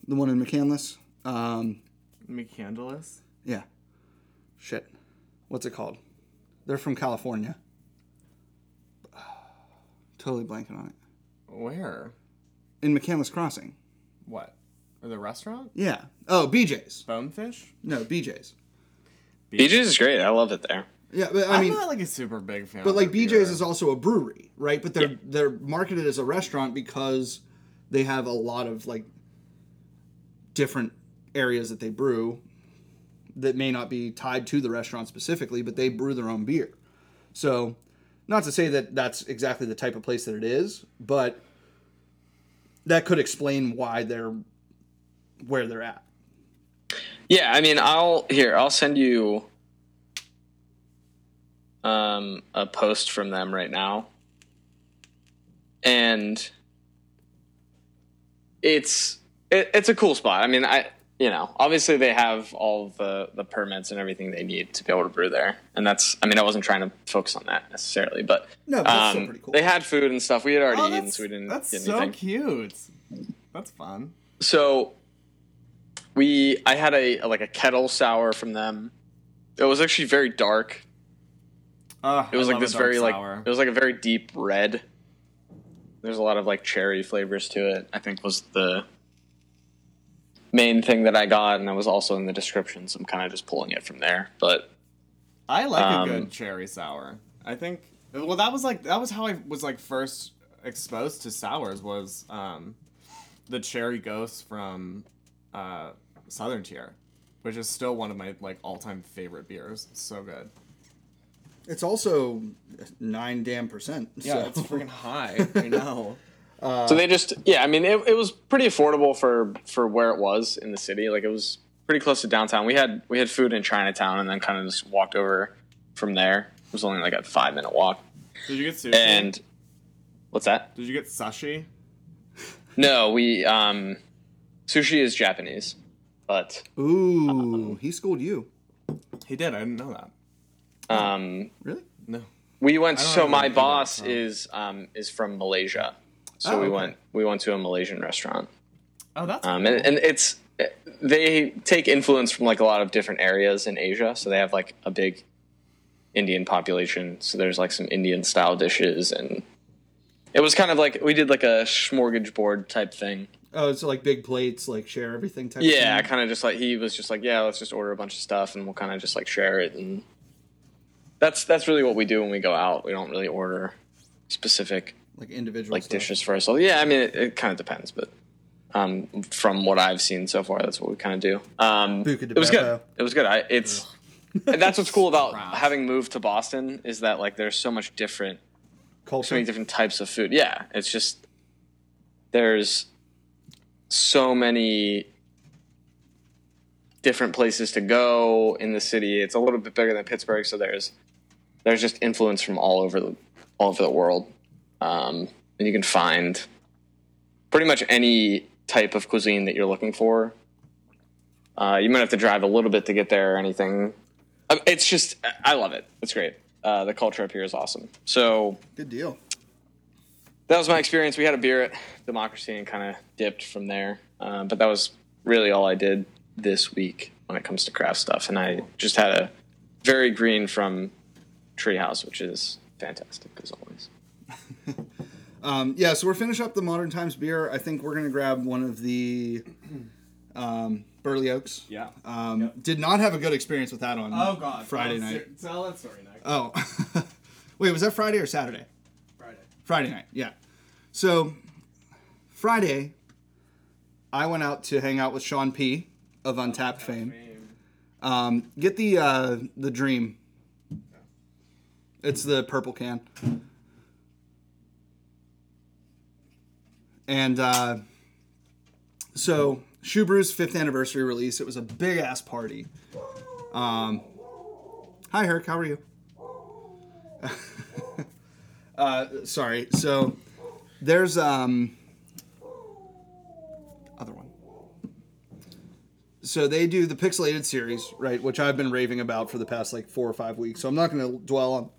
S2: The one in McCandless. Um,
S1: McCandless?
S2: yeah. Shit. What's it called? They're from California. Totally blanking on it.
S1: Where?
S2: In McCandless Crossing.
S1: What? Or the restaurant?
S2: Yeah. Oh, BJ's.
S1: Bonefish?
S2: No, BJ's.
S3: BJ's is great. I love it there.
S2: Yeah, but I
S1: I
S2: mean,
S1: am not like a super big fan.
S2: But like BJ's is also a brewery, right? But they're they're marketed as a restaurant because they have a lot of like different areas that they brew that may not be tied to the restaurant specifically, but they brew their own beer. So, not to say that that's exactly the type of place that it is, but that could explain why they're where they're at.
S3: Yeah, I mean, I'll here. I'll send you um, a post from them right now, and it's it, it's a cool spot. I mean, I you know obviously they have all the the permits and everything they need to be able to brew there, and that's I mean I wasn't trying to focus on that necessarily, but
S2: No, but that's still
S3: um,
S2: pretty cool.
S3: they had food and stuff. We had already
S1: Oh,
S3: eaten,
S1: that's,
S3: so we didn't
S1: that's
S3: get
S1: so
S3: anything.
S1: cute. That's fun.
S3: So we I had a like a kettle sour from them. It was actually very dark.
S1: Ugh,
S3: It was
S1: I
S3: like
S1: love
S3: this
S1: a dark
S3: very
S1: sour.
S3: like it was like a very deep red. There's a lot of like cherry flavors to it. I think was the main thing that I got and it was also in the description, so I'm kind of just pulling it from there. But
S1: I like
S3: um,
S1: a good cherry sour. I think. Well, that was like that was how I was like first exposed to sours was um, the cherry ghost from uh, Southern Tier, which is still one of my like all time favorite beers. It's so good.
S2: It's also 9 damn percent.
S1: Yeah,
S2: so-
S1: it's freaking high. I know.
S3: so they just yeah, I mean it, it was pretty affordable for for where it was in the city. Like it was pretty close to downtown. We had we had food in Chinatown and then kind of just walked over from there. It was only like a 5 minute walk.
S1: Did you get sushi?
S3: And what's that?
S1: Did you get sushi?
S3: No, we um sushi is Japanese, but
S2: Ooh, he schooled you.
S1: He did. I didn't know that.
S3: um
S2: Really?
S1: No.
S3: we went
S1: I don't
S3: so
S1: know
S3: my
S1: anything
S3: boss
S1: about-
S3: is um is from Malaysia. So
S2: Oh,
S3: we
S2: okay.
S3: went we went to a Malaysian restaurant.
S1: Oh, that's
S3: Um and, and it's they take influence from like a lot of different areas in Asia, so they have like a big Indian population. So there's like some Indian style dishes and it was kind of like we did like a smorgasbord type thing.
S2: Oh, it's like big plates, like share everything type.
S3: Yeah,
S2: Of thing.
S3: kind of just like he was just like, yeah, let's just order a bunch of stuff and we'll kind of just like share it and that's that's really what we do when we go out. We don't really order specific
S2: Like individual.
S3: like
S2: stuff.
S3: dishes for ourselves. Yeah, I mean it, it kind of depends, but um, from what I've seen so far, that's what we kind of do. Um,
S2: Buca di
S3: it was good.
S2: Beppo.
S3: It was good. I, it's and that's what's cool about
S1: Wow.
S3: having moved to Boston is that like there's so much different so
S2: Culture.
S3: many different types of food. Yeah, it's just there's so many different places to go in the city. It's a little bit bigger than Pittsburgh, so there's there's just influence from all over the all over the world, um, and you can find pretty much any type of cuisine that you're looking for. Uh, you might have to drive a little bit to get there or anything. Um, It's just I- I love it. It's great. Uh, the culture up here is awesome. So
S2: Good deal.
S3: that was my experience. We had a beer at Democracy and kind of dipped from there. Uh, but that was really all I did this week when it comes to craft stuff. And I just had a very green from Treehouse, which is fantastic as always.
S2: Um, yeah, so we're finish up the modern times beer. I think we're gonna grab one of the um, Burley Oaks.
S1: yeah.
S2: Um, Did not have a good experience with that on.
S1: oh God.
S2: Friday
S1: Tell us-
S2: night.
S1: Tell that story, Nick.
S2: Oh, wait, was that Friday or Saturday?
S1: Friday.
S2: Friday night. Yeah. So Friday, I went out to hang out with Sean P of Untapped fame. Um, get the uh, the Dream. It's the purple can. And uh, so Shoe Brew's fifth anniversary release. It was a big ass party. Um, hi Herc, how are you? uh, sorry. So there's um other one. So they do the pixelated series, right, which I've been raving about for the past like four or five weeks. So I'm not going to dwell on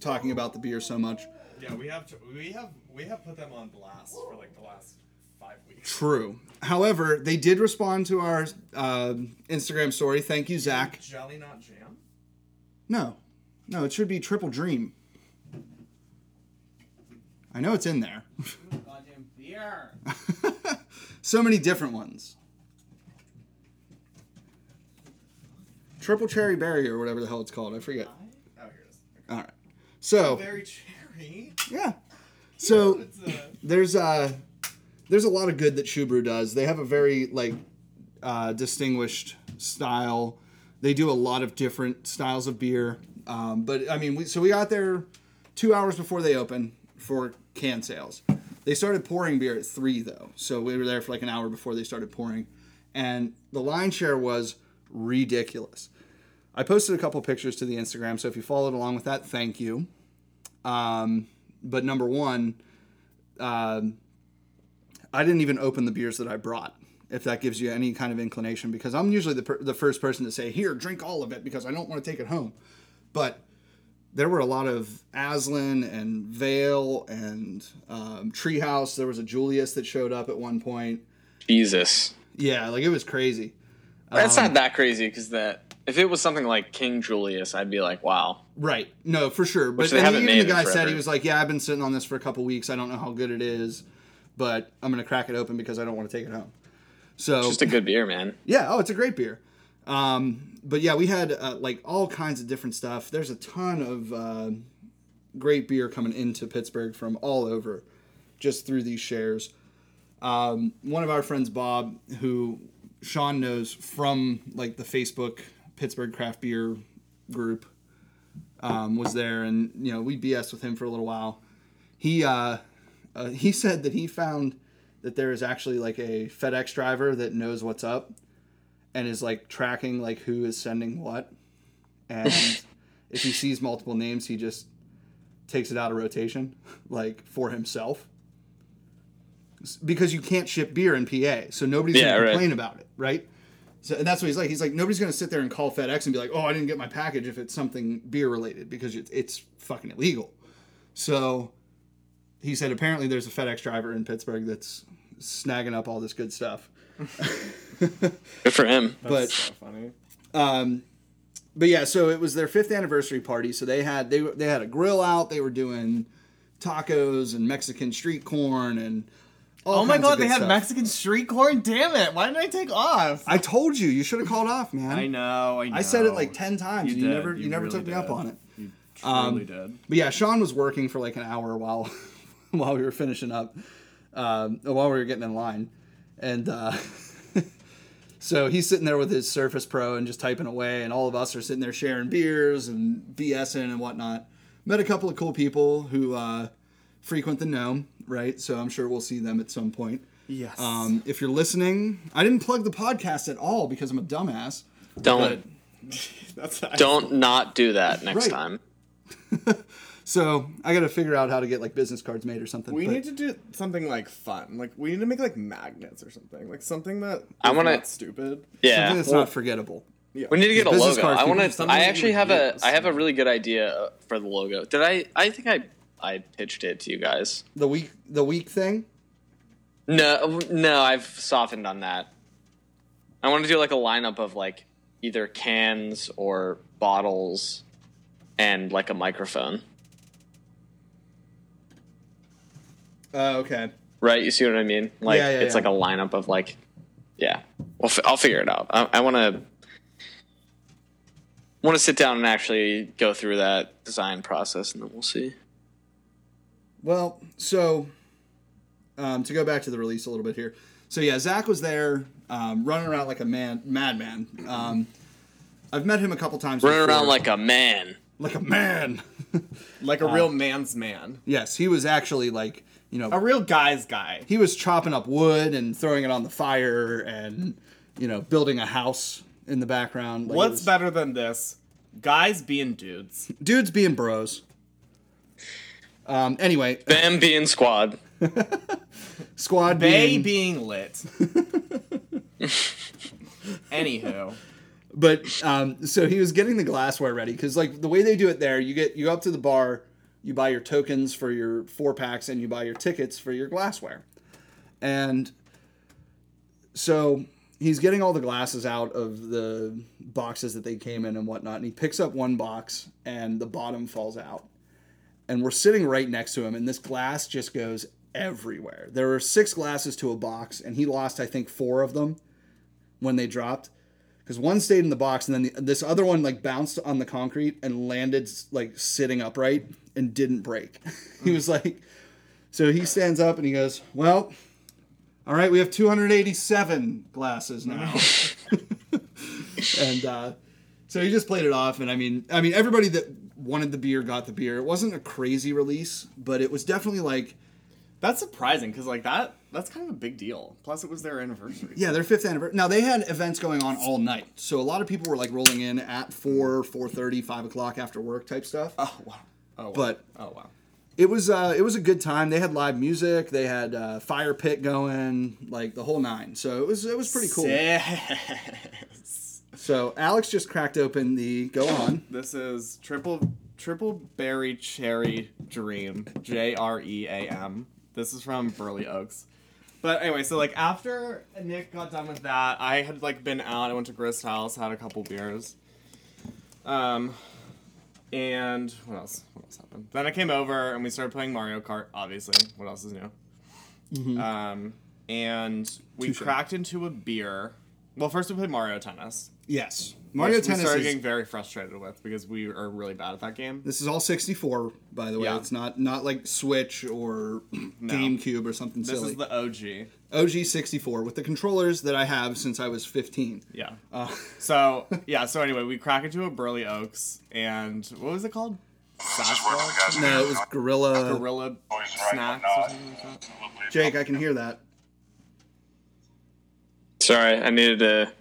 S2: talking about the beer so much.
S1: Yeah, we have we have we have put them on blast for like the last five weeks.
S2: True. However, they did respond to our um Instagram story. Thank you, Zach.
S1: Jelly not jam.
S2: No, no, it should be Triple Dream. I know it's in there.
S1: Goddamn beer.
S2: so many different ones. Triple Cherry Berry or whatever the hell it's called. I forget.
S1: Oh, here it is.
S2: All right. So
S1: Very cherry.
S2: yeah. So
S1: It's a
S2: there's uh there's a lot of good that Shubru does. They have a very like uh, distinguished style. They do a lot of different styles of beer. Um, but I mean, we, so we got there two hours before they open for can sales. They started pouring beer at three though, so we were there for like an hour before they started pouring, and the line share was ridiculous. I posted a couple pictures to the Instagram, so if you followed along with that, thank you. Um, but number one, um, I didn't even open the beers that I brought. If that gives you any kind of inclination, because I'm usually the, per- the first person to say, "Here, drink all of it," because I don't want to take it home. But there were a lot of Aslan and Vale and um, Treehouse. There was a Julius that showed up at one point.
S3: Jesus.
S2: Yeah, like it was crazy.
S3: That's not that crazy because that if it was something like King Julius, I'd be like, wow.
S2: Right. No, for sure. But
S3: they
S2: and
S3: haven't
S2: even
S3: made
S2: the
S3: in
S2: guy said he
S3: forever.
S2: was like, "Yeah, I've been sitting on this for a couple weeks. I don't know how good it is, but I'm gonna crack it open because I don't want to take it home." So
S3: Just a good beer, man.
S2: Yeah. Oh, it's a great beer. Um, but yeah, we had uh, like all kinds of different stuff. There's a ton of uh, great beer coming into Pittsburgh from all over, just through these shares. Um, one of our friends, Bob, who Sean knows from like the Facebook Pittsburgh craft beer group, um, was there, and you know we BS with him for a little while. He uh, uh, he said that he found that there is actually like a FedEx driver that knows what's up and is like tracking like who is sending what. And if he sees multiple names, he just takes it out of rotation, like for himself. S- Because you can't ship beer in PA, so nobody's
S3: Yeah,
S2: gonna
S3: right.
S2: complain about it, right? So and that's what he's like. He's like, nobody's gonna sit there and call FedEx and be like, "Oh, I didn't get my package" if it's something beer related, because it's it's fucking illegal. So he said apparently there's a FedEx driver in Pittsburgh that's snagging up all this good stuff.
S3: Good for him.
S2: but
S1: so funny.
S2: um, but yeah, so it was their fifth anniversary party. So they had they they had a grill out. They were doing tacos and Mexican street corn and all
S1: Oh my
S2: kinds of
S1: god, they
S2: good
S1: had
S2: stuff.
S1: Mexican street corn. Damn it! Why didn't I take off?
S2: I told you, you should have called off, man.
S1: I know. I know.
S2: I said it like ten times, and you
S1: did,
S2: never you, never
S1: really
S2: took me up
S1: did.
S2: on it.
S1: You truly did.
S2: But yeah, Sean was working for like an hour while while we were finishing up, um, while we were getting in line, and uh, so he's sitting there with his Surface Pro and just typing away, and all of us are sitting there sharing beers and BSing and whatnot. Met a couple of cool people who uh, frequent the Gnome, right? So I'm sure we'll see them at some point.
S1: Yes.
S2: Um, if you're listening, I didn't plug the podcast at all because I'm a dumbass.
S3: Don't
S1: That's
S3: don't not do that
S2: Right.
S3: next time.
S2: So I got to figure out how to get like business cards made or something.
S1: We
S2: but-
S1: need to do something like fun. Like we need to make like magnets or something. Like something that
S3: I
S1: is
S3: wanna-
S1: not stupid.
S3: Yeah.
S2: something that's
S3: Well,
S2: not forgettable.
S1: Yeah.
S3: we need to get a
S2: business
S3: logo.
S2: cards
S3: I
S2: people
S3: want
S2: use
S3: to.
S1: something
S3: I
S1: that you
S3: actually
S1: would
S3: have a.
S1: use.
S3: I have a really good idea uh, for the logo. Did I? I think I. I pitched it to you guys.
S2: The week the week thing.
S3: No, no, I've softened on that. I want to do like a lineup of like either cans or bottles, and like a microphone.
S2: Uh, okay.
S3: Right? You see what I mean? Like
S2: Yeah, yeah,
S3: it's
S2: yeah.
S3: like a lineup of like, yeah. Well, f- I'll figure it out. I, I want to want to sit down and actually go through that design process, and then we'll see.
S2: Well, so um, to go back to the release a little bit here. So yeah, Zach was there um, running around like a man, madman. Um, I've met him a couple times.
S3: Running
S2: before.
S3: around like a man.
S2: like a man.
S1: Like a
S2: Uh,
S1: real man's man.
S2: yes, he was actually like you know
S1: A real guy's guy.
S2: he was chopping up wood and throwing it on the fire and you know building a house in the background. Like, it
S1: What's
S2: was-
S1: better than this? Guys being dudes.
S2: Dudes being bros. Um, anyway,
S3: Them being squad.
S2: squad
S1: They
S2: being-
S1: being lit. Anywho.
S2: but um, so he was getting the glassware ready because like the way they do it there you get you go up to the bar you buy your tokens for your four packs and you buy your tickets for your glassware and so he's getting all the glasses out of the boxes that they came in and whatnot and he picks up one box and the bottom falls out and we're sitting right next to him and this glass just goes everywhere there were six glasses to a box and he lost i think four of them when they dropped because one stayed in the box and then the, this other one like bounced on the concrete and landed s- like sitting upright and didn't break he was like so he stands up and he goes well all right we have 287 glasses now and uh, so he just played it off and i mean i mean everybody that wanted the beer got the beer it wasn't a crazy release but it was definitely like
S1: That's surprising because like that that's kind of a big deal. Plus it was their anniversary.
S2: Yeah, their fifth anniversary. Now they had events going on all night, so a lot of people were like rolling in at four, four thirty, five o'clock after work type stuff.
S1: Oh wow. Oh wow.
S2: But-
S1: oh wow.
S2: It was uh, it was a good time. They had live music, they had uh, fire pit going, like the whole nine. So it was it was pretty cool.
S1: Sis.
S2: So Alex just cracked open the go on.
S1: This is triple triple berry cherry dream. J R E A M. This is from Burley Oaks. But anyway, so like after Nick got done with that, I had like been out. I went to Grist House, had a couple beers. Um, and what else? What else happened? Then I came over and we started playing Mario Kart. Obviously, what else is new? Um, and we
S2: Touche.
S1: cracked into a beer. Well, first we played Mario Tennis.
S2: Yes, Mario
S1: which We
S2: Tennis.
S1: started
S2: Is,
S1: getting very frustrated with because we are really bad at that game.
S2: this is all sixty four, by the way.
S1: Yeah.
S2: It's not not like Switch or GameCube or something
S1: This
S2: silly.
S1: is the OG.
S2: OG sixty four with the controllers that I have since I was fifteen.
S1: Yeah. so yeah. So anyway, we crack into a Burley Oaks, and what was it called? Sasquatch.
S2: No, it was Gorilla.
S1: Gorilla snacks or something like that.
S2: Jake, I can hear that.
S3: Sorry, I needed to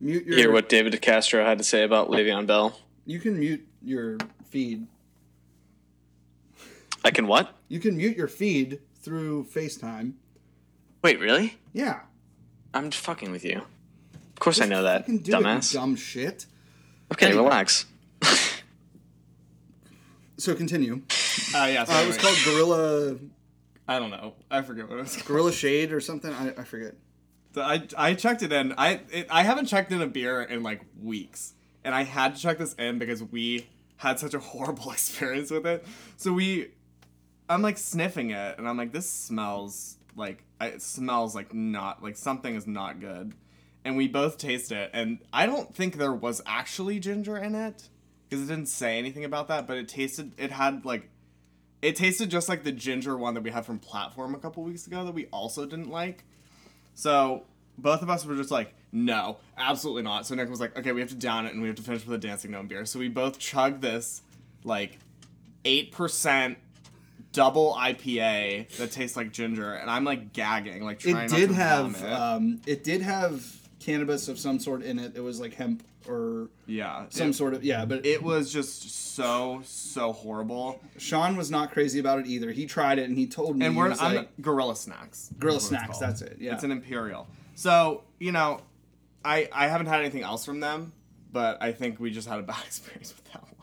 S2: Mute your.
S3: hear what David DeCastro had to say about Le'Veon Bell.
S2: You can mute your feed.
S3: I can what?
S2: You can mute your feed through FaceTime.
S3: Wait, really?
S2: Yeah.
S3: I'm just fucking with you. Of course I know that,
S2: You can do
S3: dumbass.
S2: It, you dumb shit.
S3: okay,
S2: Anyway.
S3: relax.
S2: So continue.
S1: Uh, yeah. So
S2: Uh, it was
S1: anyway,
S2: called Gorilla
S1: I don't know. I forget what it was called.
S2: Gorilla Shade or something. I, I forget.
S1: I, I checked it in. I it, I haven't checked in a beer in like weeks, and I had to check this in because we had such a horrible experience with it. So we, I'm like sniffing it, and I'm like, this smells like I- it smells like not like something is not good, and we both taste it, and I don't think there was actually ginger in it because it didn't say anything about that, but it tasted it had like. It tasted just like the ginger one that we had from Platform a couple weeks ago that we also didn't like. So both of us were just like, no, absolutely not. So Nick was like, okay, we have to down it and we have to finish with a dancing gnome beer. So we both chugged this like eight percent double IPA that tastes like ginger, and I'm like gagging, like trying
S2: It
S1: not
S2: did
S1: to
S2: have.
S1: vomit.
S2: Um, it did have cannabis of some sort in it. It was like hemp or
S1: yeah,
S2: some
S1: it,
S2: sort of yeah. But
S1: it was just so so horrible.
S2: Sean was not crazy about it either. He tried it and he told me.
S1: And
S2: he
S1: we're
S2: was
S1: I'm
S2: like,
S1: gorilla snacks. is
S2: Gorilla
S1: what it's
S2: Snacks.
S1: called.
S2: That's it. Yeah.
S1: It's an imperial. So you know, I I haven't had anything else from them, but I think we just had a bad experience with that one.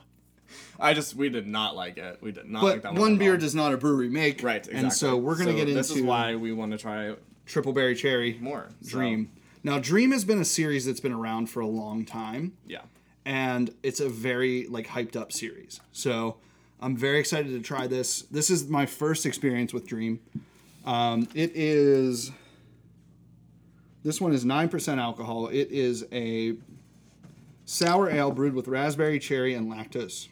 S1: I just we did not like it. We did not like
S2: but
S1: that one.
S2: one
S1: at
S2: beer
S1: all.
S2: does not a brewery make.
S1: right. Exactly.
S2: And so we're gonna
S1: So
S2: get into
S1: this is why we want to try
S2: triple berry cherry
S1: more so,
S2: Dream. Now, Dream has been a series that's been around for a long time,
S1: yeah.
S2: and it's a very like hyped up series. So, I'm very excited to try this. This is my first experience with Dream. Um, it is. This one is nine percent alcohol. It is a sour ale brewed with raspberry, cherry, and lactose.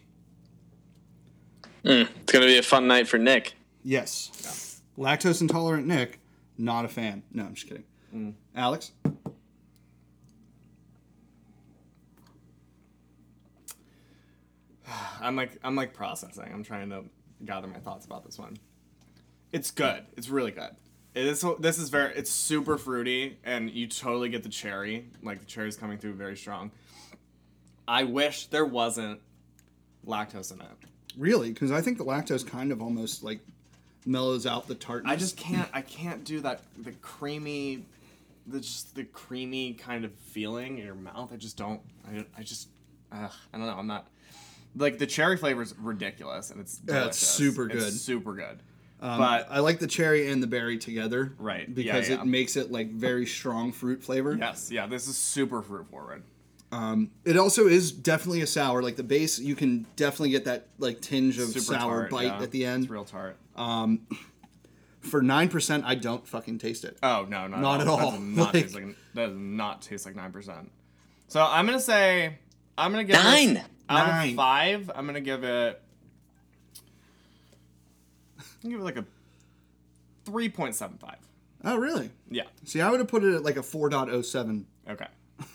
S3: It's gonna be a fun night for Nick.
S2: Yes. Lactose intolerant Nick, not a fan. No, I'm just kidding.
S1: Mm.
S2: Alex?
S1: I'm like I'm like processing. I'm trying to gather my thoughts about this one. It's good. It's really good. It is this is very it's super fruity and you totally get the cherry. Like the cherry's coming through very strong. I wish there wasn't lactose in it.
S2: Really? Because I think the lactose kind of almost like mellows out the tartness.
S1: I just can't I can't do that the creamy the just the creamy kind of feeling in your mouth. I just don't I, I just ugh, I don't know. I'm not like the cherry flavor is ridiculous and it's
S2: Yeah,
S1: delicious.
S2: it's super
S1: It's
S2: good.
S1: super good.
S2: Um,
S1: but
S2: I like the cherry and the berry together.
S1: Right. Yeah,
S2: Because
S1: yeah.
S2: it makes it like very strong fruit flavor.
S1: Yes, yeah, this is super fruit forward.
S2: It also is definitely a sour. Like the base, you can definitely get that like tinge of
S1: Super
S2: sour
S1: tart,
S2: bite
S1: yeah.
S2: at the end.
S1: It's real tart.
S2: For nine percent, I don't fucking taste it.
S1: oh no, no,
S2: Not
S1: no.
S2: at
S1: That
S2: all.
S1: does not taste
S2: Like-
S1: like that does not taste like nine percent. So I'm gonna say I'm gonna give
S3: Nine!
S1: It, out
S2: Nine.
S1: of five. I'm gonna give it. I'm gonna give it like a three point seven five.
S2: oh, really?
S1: Yeah.
S2: See, I would have put it at like a 4.07.
S1: Okay.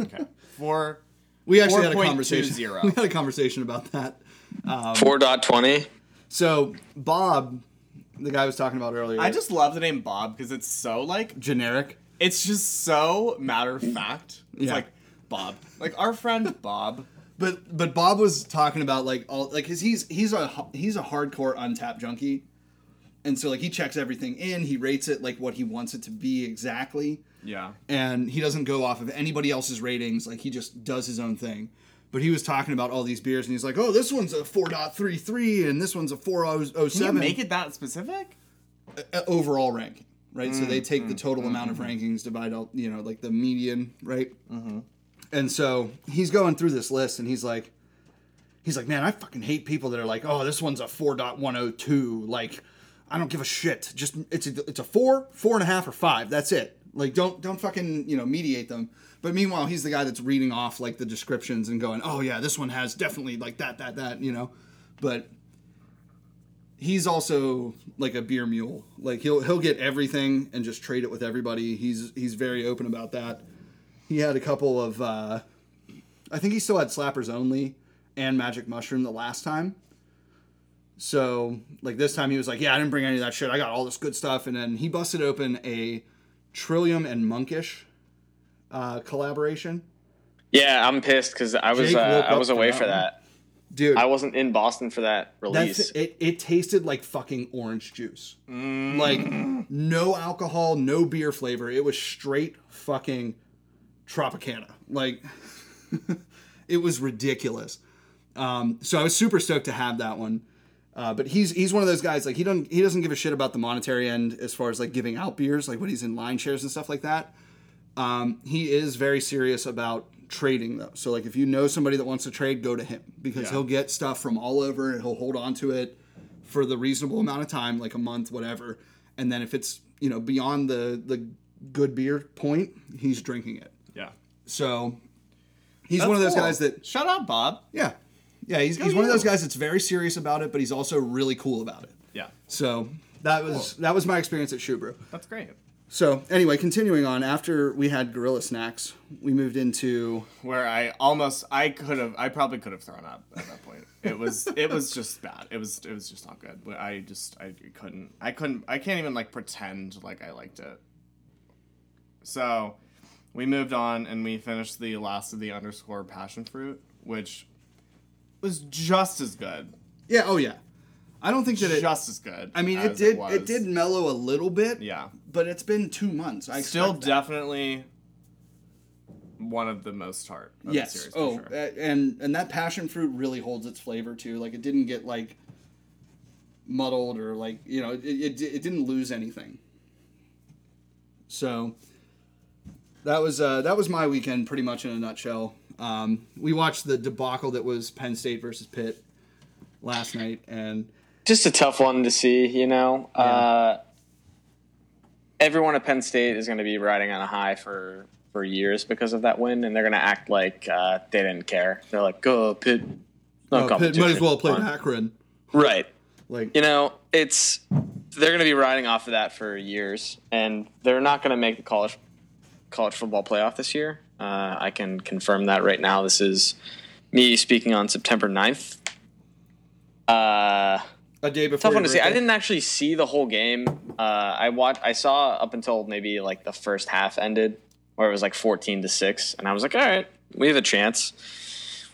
S1: Okay. Four.
S2: We actually had a
S1: 4.20.
S2: conversation. We had a conversation about that. Um,
S3: Four dot twenty.
S2: So Bob, the guy I was talking about earlier,
S1: I just love the name Bob because it's so like
S2: generic.
S1: it's just so matter of fact. It's
S2: Yeah.
S1: like Bob, like our friend Bob.
S2: But but Bob was talking about like all like cause he's he's a h- he's a hardcore untapped junkie, and so like he checks everything in, he rates it like what he wants it to be exactly,
S1: Yeah.
S2: and he doesn't go off of anybody else's ratings. Like he just does his own thing. But he was talking about all these beers, and he's like, "Oh, this one's a 4.33, and this one's a 4.07."
S1: Can you make it that specific?
S2: uh, overall ranking, right? so they take the total amount of rankings, divide all, you know, like the median, right? Mm-hmm. And so he's going through this list, and he's like, he's like, man, I fucking hate people that are like, oh, this one's a four point one oh two, like, I don't give a shit. Just it's a, it's a four, four and a half, or five. That's it. Like, don't don't fucking you know mediate them. But meanwhile, he's the guy that's reading off like the descriptions and going, oh yeah, this one has definitely like that, that, that, you know, but he's also like a beer mule. Like he'll he'll get everything and just trade it with everybody. He's he's very open about that. He had a couple of uh I think he still had slappers only and magic mushroom the last time. So like this time he was like, Yeah, I didn't bring any of that shit. I got all this good stuff and then he busted open a Trillium and Monkish uh collaboration.
S3: Yeah, I'm pissed because I was
S2: Jake
S3: uh,
S2: woke
S3: I
S2: up
S3: was
S2: for
S3: away
S2: that
S3: for
S2: one.
S3: that.
S2: Dude,
S3: I wasn't in Boston for that
S2: That's
S3: release.
S2: it. It tasted like fucking orange juice. Like no alcohol, no beer flavor. It was straight fucking Tropicana. Like it was ridiculous. Um, so I was super stoked to have that one. Uh, but he's he's one of those guys like he don't he doesn't give a shit about the monetary end as far as like giving out beers like when he's in line shares and stuff like that. Um, he is very serious about trading though. So like if you know somebody that wants to trade, go to him because
S1: Yeah.
S2: he'll get stuff from all over and he'll hold on to it for the reasonable amount of time, like a month, whatever. And then if it's you know beyond the the good beer point, he's drinking it.
S1: Yeah.
S2: So he's one of those guys that
S1: Shut up, Bob.
S2: yeah. Yeah, he's, he's one of
S1: you.
S2: those guys that's very serious about it, but he's also really cool about it.
S1: Yeah.
S2: So that was that was my experience at Shoe Brew.
S1: That's great.
S2: So anyway, continuing on, after we had Gorilla Snacks, we moved into
S1: Where I almost I could have I probably could have thrown up at that point. It was it was just bad. It was it was just not good. But I just I couldn't I couldn't I can't even like pretend like I liked it. So we moved on and we finished the last of the underscore passion fruit, which was just as good.
S2: yeah, oh yeah. I don't think that it.
S1: just as good.
S2: I mean, it
S1: as
S2: did
S1: was.
S2: it did mellow a little bit.
S1: Yeah.
S2: but it's been two months. I
S1: Still
S2: expect that.
S1: definitely one of the most tart. Of
S2: yes.
S1: The series, for
S2: oh,
S1: sure.
S2: a- and and that passion fruit really holds its flavor too. Like it didn't get like muddled or like you know it it, it didn't lose anything. So that was uh, that was my weekend pretty much in a nutshell. Um, we watched the debacle that was Penn State versus Pitt last night, and
S3: Just a tough one to see, you know. Uh, everyone at Penn State is going to be riding on a high for for years because of that win, and they're going to act like uh, they didn't care. They're like, "Go Pitt,
S2: oh, Pitt might as
S3: no competition."
S2: well play
S3: Fun.
S2: Akron.
S3: Right.
S2: Like
S3: You know, it's they're going to be riding off of that for years, and they're not going to make the college college football playoff this year. Uh, I can confirm that right now. This is me speaking on September 9th. Uh,
S2: a day before.
S3: tough
S2: your
S3: one to see. I
S2: birthday.
S3: didn't actually see the whole game. Uh, I watched. I saw up until maybe like the first half ended, where it was like fourteen to six, and I was like, all right, we have a chance.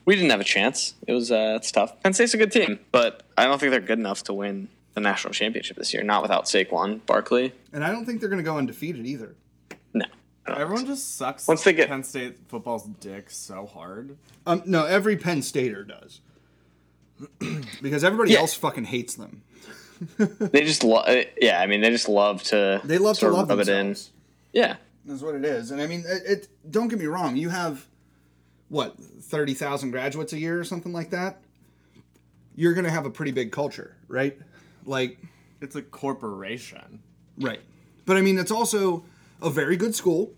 S3: We didn't have a chance. It was uh, it's tough. Penn State's a good team, but I don't think they're good enough to win the national championship this year. Not without Saquon Barkley.
S2: And I don't think they're going to go undefeated either.
S3: No. I don't
S1: Everyone just sucks
S3: Once they get-
S1: Penn State football's dick so hard.
S2: Um, no, every Penn Stater does. because everybody
S3: Yeah.
S2: else fucking hates them.
S3: They just love. Yeah, I mean, they just love to.
S2: They love to
S3: sort of
S2: love
S3: rub it in.
S2: themselves.
S3: Yeah,
S2: That's what it is. And I mean, it, it don't get me wrong. You have what thirty thousand graduates a year or something like that. You're gonna have a pretty big culture, right? Like,
S1: It's a corporation.
S2: right. But I mean, it's also a very good school,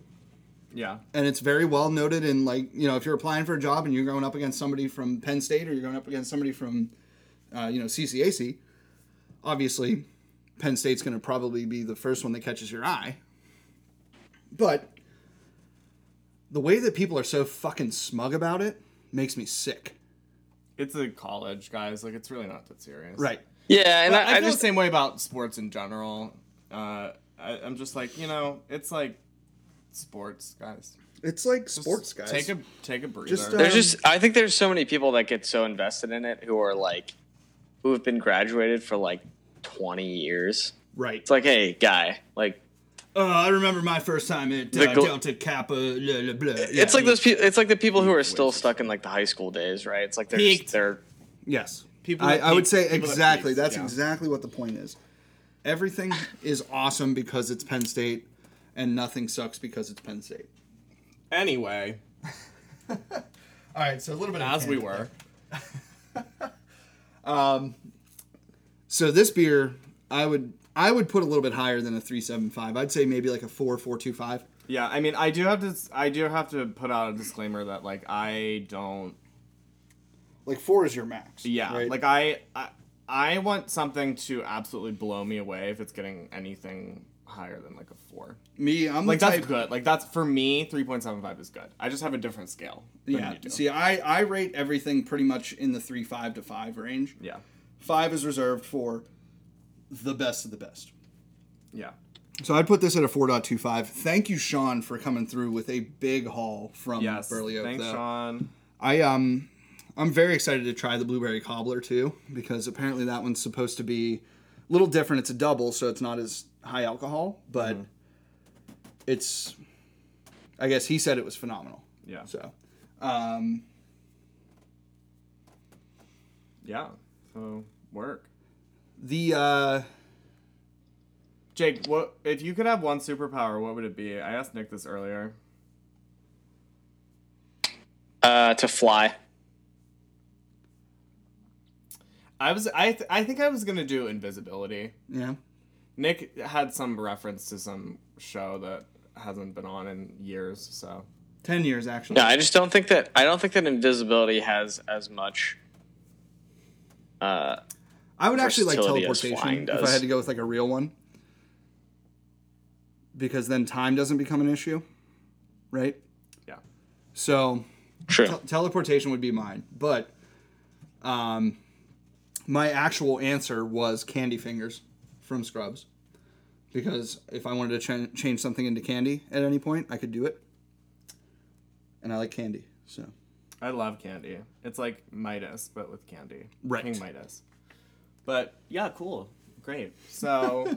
S1: Yeah.
S2: and it's very well noted. In like, you know, if you're applying for a job and you're going up against somebody from Penn State or you're going up against somebody from, uh, you know, CCAC, obviously, Penn State's gonna probably be the first one that catches your eye. But the way that people are so fucking smug about it makes me sick.
S1: It's a college, guys. Like it's really not that serious.
S2: Right.
S3: yeah, and
S1: But I,
S3: I, I
S1: feel
S3: just
S1: the same way about sports in general. Uh, I, I'm just like, you know, it's like sports, guys.
S2: It's like
S1: Just
S2: sports guys.
S1: Take a take a breather.
S2: Just, uh,
S3: There's
S1: Um,
S3: just I think there's so many people that get so invested in it who are like who have been graduated for like 20 years.
S2: right.
S3: It's like, hey, guy, like
S2: Uh, I remember my first time at
S3: The
S2: uh,
S3: gl-
S2: Delta Kappa. Blah, blah, blah.
S3: it's like those people. It's like the people who are still stuck in like the high school days, right? It's like they're
S1: Peaked.
S3: just, they're
S2: Yes.
S1: People
S2: I,
S1: that
S2: I would
S1: peak-
S2: say
S1: people that
S2: exactly.
S1: peak,
S2: That's
S1: yeah.
S2: exactly what the point is. Everything is awesome because it's Penn State, and nothing sucks because it's Penn State.
S1: anyway,
S2: All right. So a little bit
S1: as we were.
S2: So this beer, I would I would put a little bit higher than a three seven five. I'd say maybe like a four four two five.
S1: Yeah, I mean, I do have to. I do have to put out a disclaimer that like I don't.
S2: Like four is your max.
S1: Yeah,
S2: right?
S1: like I, I, I want something to absolutely blow me away if it's getting anything higher than like a four.
S2: me, I'm
S1: Like
S2: the
S1: that's
S2: type,
S1: good. Like that's for me, three point seven five is good. I just have a different scale. Than
S2: Yeah.
S1: You do.
S2: See, I I rate everything pretty much in the three five to five range.
S1: yeah,
S2: Five is reserved for the best of the best.
S1: yeah.
S2: So I'd put this at a 4.25. Thank you, Sean, for coming through with a big haul from
S1: Yes.
S2: Burley Oak.
S1: Thanks,
S2: though.
S1: Sean.
S2: I um, I'm very excited to try the blueberry cobbler too because apparently that one's supposed to be a little different. It's a double, so it's not as high alcohol,
S1: Mm-hmm.
S2: but it's. I guess he said it was phenomenal.
S1: Yeah.
S2: So, um,
S1: Yeah. So work.
S2: the uh,
S1: Jake, what if you could have one superpower? What would it be? I asked Nick this earlier.
S3: uh, to fly.
S1: I was I th- I think I was gonna do invisibility.
S2: yeah,
S1: Nick had some reference to some show that hasn't been on in years, so
S2: ten years actually.
S3: No, I just don't think that I don't think that invisibility has as much. Uh,
S2: I would actually like
S3: versatility as flying
S2: teleportation if I
S3: does.
S2: had to go with like a real one. Because then time doesn't become an issue, right?
S1: yeah.
S2: So
S3: true.
S2: te- teleportation would be mine, but um my actual answer was candy fingers from Scrubs. Because if I wanted to ch- change something into candy at any point, I could do it. And I like candy, so
S1: I love candy. It's like Midas, but with candy.
S2: Right.
S1: King Midas. But yeah, cool. Great. So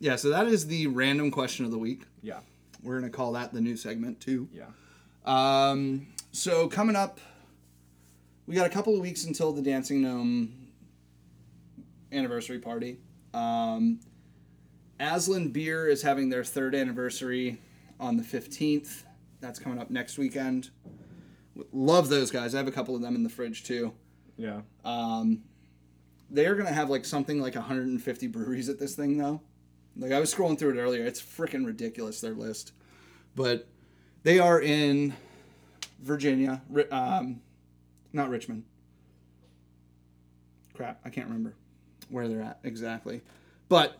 S2: yeah. So that is the random question of the week.
S1: yeah.
S2: We're gonna call that the new segment too.
S1: Yeah.
S2: Um, so coming up, we got a couple of weeks until the Dancing Gnome anniversary party. Um, Aslan Beer is having their third anniversary on the 15th. That's coming up next weekend. Love those guys. I have a couple of them in the fridge too.
S1: Yeah.
S2: They're gonna have like something like 150 breweries at this thing though. Like I was scrolling through it earlier. It's freaking ridiculous their list, but they are in Virginia, Ri- um, not Richmond, crap, I can't remember where they're at exactly, but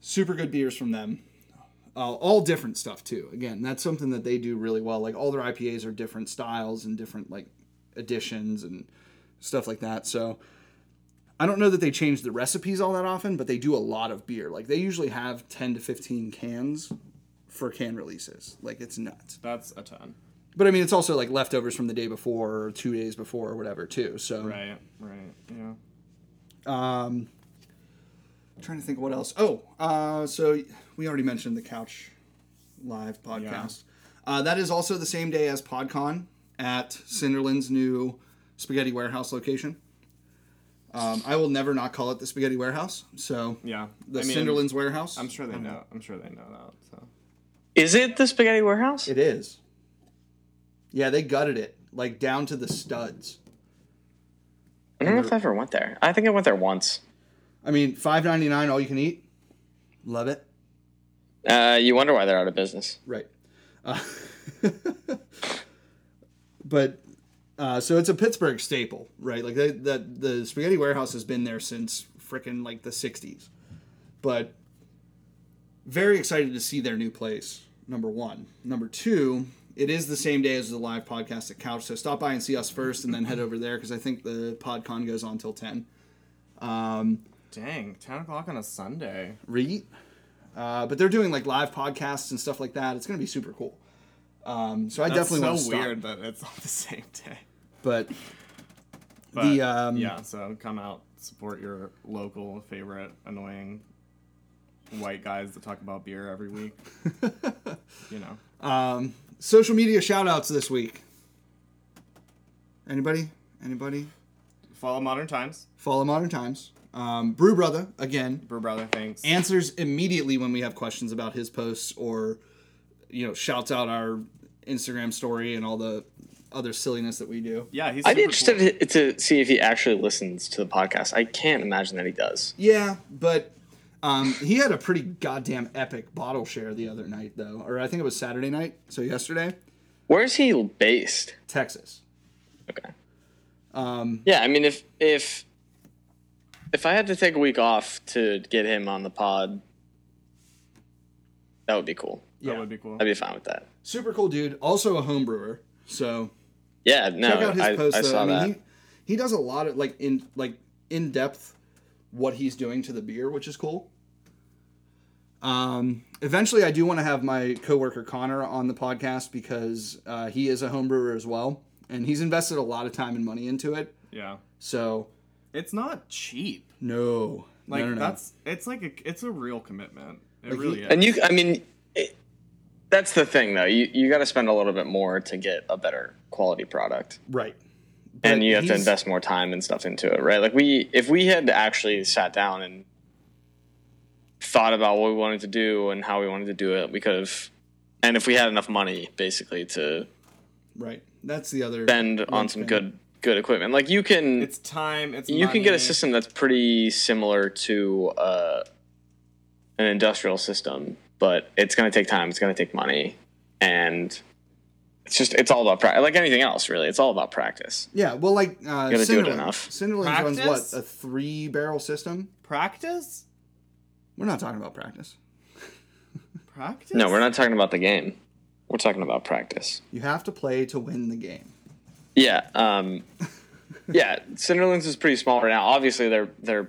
S2: super good beers from them. Uh, all different stuff too. Again, that's something that they do really well. Like all their IPAs are different styles and different like additions and stuff like that. So I don't know that they change the recipes all that often, but they do a lot of beer. Like they usually have 10 to 15 cans for can releases. Like it's nuts.
S1: That's a ton.
S2: But I mean, it's also like leftovers from the day before or two days before or whatever too. So
S1: Right, right, yeah.
S2: um, trying to think what else. Oh, uh, so we already mentioned the Couch Live podcast. Uh, that is also the same day as PodCon at Cinderland's new Spaghetti Warehouse location. Um, I will never not call it the Spaghetti Warehouse. So
S1: Yeah.
S2: the
S1: I mean,
S2: Cinderland's Warehouse.
S1: I'm sure they know. I'm sure they know that. So
S3: Is it the Spaghetti Warehouse?
S2: it is. Yeah, they gutted it like down to the studs.
S3: I don't know if I ever went there. I think I went there once.
S2: I mean, five ninety nine, all you can eat. Love it.
S3: Uh, you wonder why they're out of business.
S2: Right. Uh, but uh, so it's a Pittsburgh staple, right? Like they, the the spaghetti warehouse has been there since frickin' like the '60s. But very excited to see their new place. Number one. Number two. It is the same day as the live podcast at Couch, so stop by and see us first, and then head over there because I think the PodCon goes on till ten.
S1: dang, ten o'clock on a Sunday.
S2: Reet. Uh, but they're doing like live podcasts and stuff like that. It's going to be super cool. Um, so I
S1: That's
S2: definitely want to
S1: so
S2: stop.
S1: weird that it's on the same day.
S2: but
S1: But,
S2: The, um,
S1: yeah, so come out, support your local favorite annoying white guys that talk about beer every week. you know,
S2: um, social media shout outs this week anybody anybody
S1: follow Modern Times,
S2: follow modern times um, brew brother again
S1: Brew Brother. Thanks.
S2: answers immediately when we have questions about his posts or you know shouts out our instagram story and all the other silliness that we do
S1: yeah, he's.
S3: I'd be
S1: super cool.
S3: interested to- to see if he actually listens to the podcast. I can't imagine that he does.
S2: yeah but um, he had a pretty goddamn epic bottle share the other night though or i think it was saturday night so yesterday
S3: Where is he based?
S2: texas
S3: Okay. Um, yeah, I mean, if if if I had to take a week off to get him on the pod, that would be cool.
S1: That would be cool.
S3: I'd be fine with that.
S2: super cool dude also a home brewer so
S3: Yeah, no,
S2: check out his
S3: I,
S2: post
S3: I
S2: though.
S3: saw
S2: I mean,
S3: that.
S2: He, he does a lot of like in like in depth what he's doing to the beer, which is cool. Um, eventually, I do want to have my coworker Connor on the podcast because uh, he is a home brewer as well, and he's invested a lot of time and money into it.
S1: yeah,
S2: So
S1: it's not cheap.
S2: no, No,
S1: Like
S2: no, no.
S1: that's it's like a it's a real commitment. It
S2: Like,
S1: really
S2: he-
S1: is.
S3: And you, I mean, it, that's the thing though. You you got to spend a little bit more to get a better quality product,
S2: right.
S3: and
S2: But
S3: you have to
S2: he's-
S3: invest more time and stuff into it, right? Like we, if we had actually sat down and thought about what we wanted to do and how we wanted to do it, we could have, and if we had enough money, basically to
S2: Right. That's the other
S3: spend on some
S2: spend.
S3: good good equipment. Like you can,
S1: it's time. It's
S3: you can get a
S1: money.
S3: system that's pretty similar to uh, an industrial system, but it's going to take time. It's going to take money, and it's just it's all about practice. Like anything else, really, it's all about practice.
S2: Yeah. Well, like uh,
S3: gotta do it
S2: Cinderland.
S3: enough.
S2: Cinderland runs what
S1: Practice?
S2: a three barrel system.
S1: practice.
S2: We're not talking about practice.
S1: Practice.
S3: No, we're not talking about the game. We're talking about practice.
S2: You have to play to win the game.
S3: Yeah, um, yeah. Cinderlands is pretty small right now. Obviously, they're they're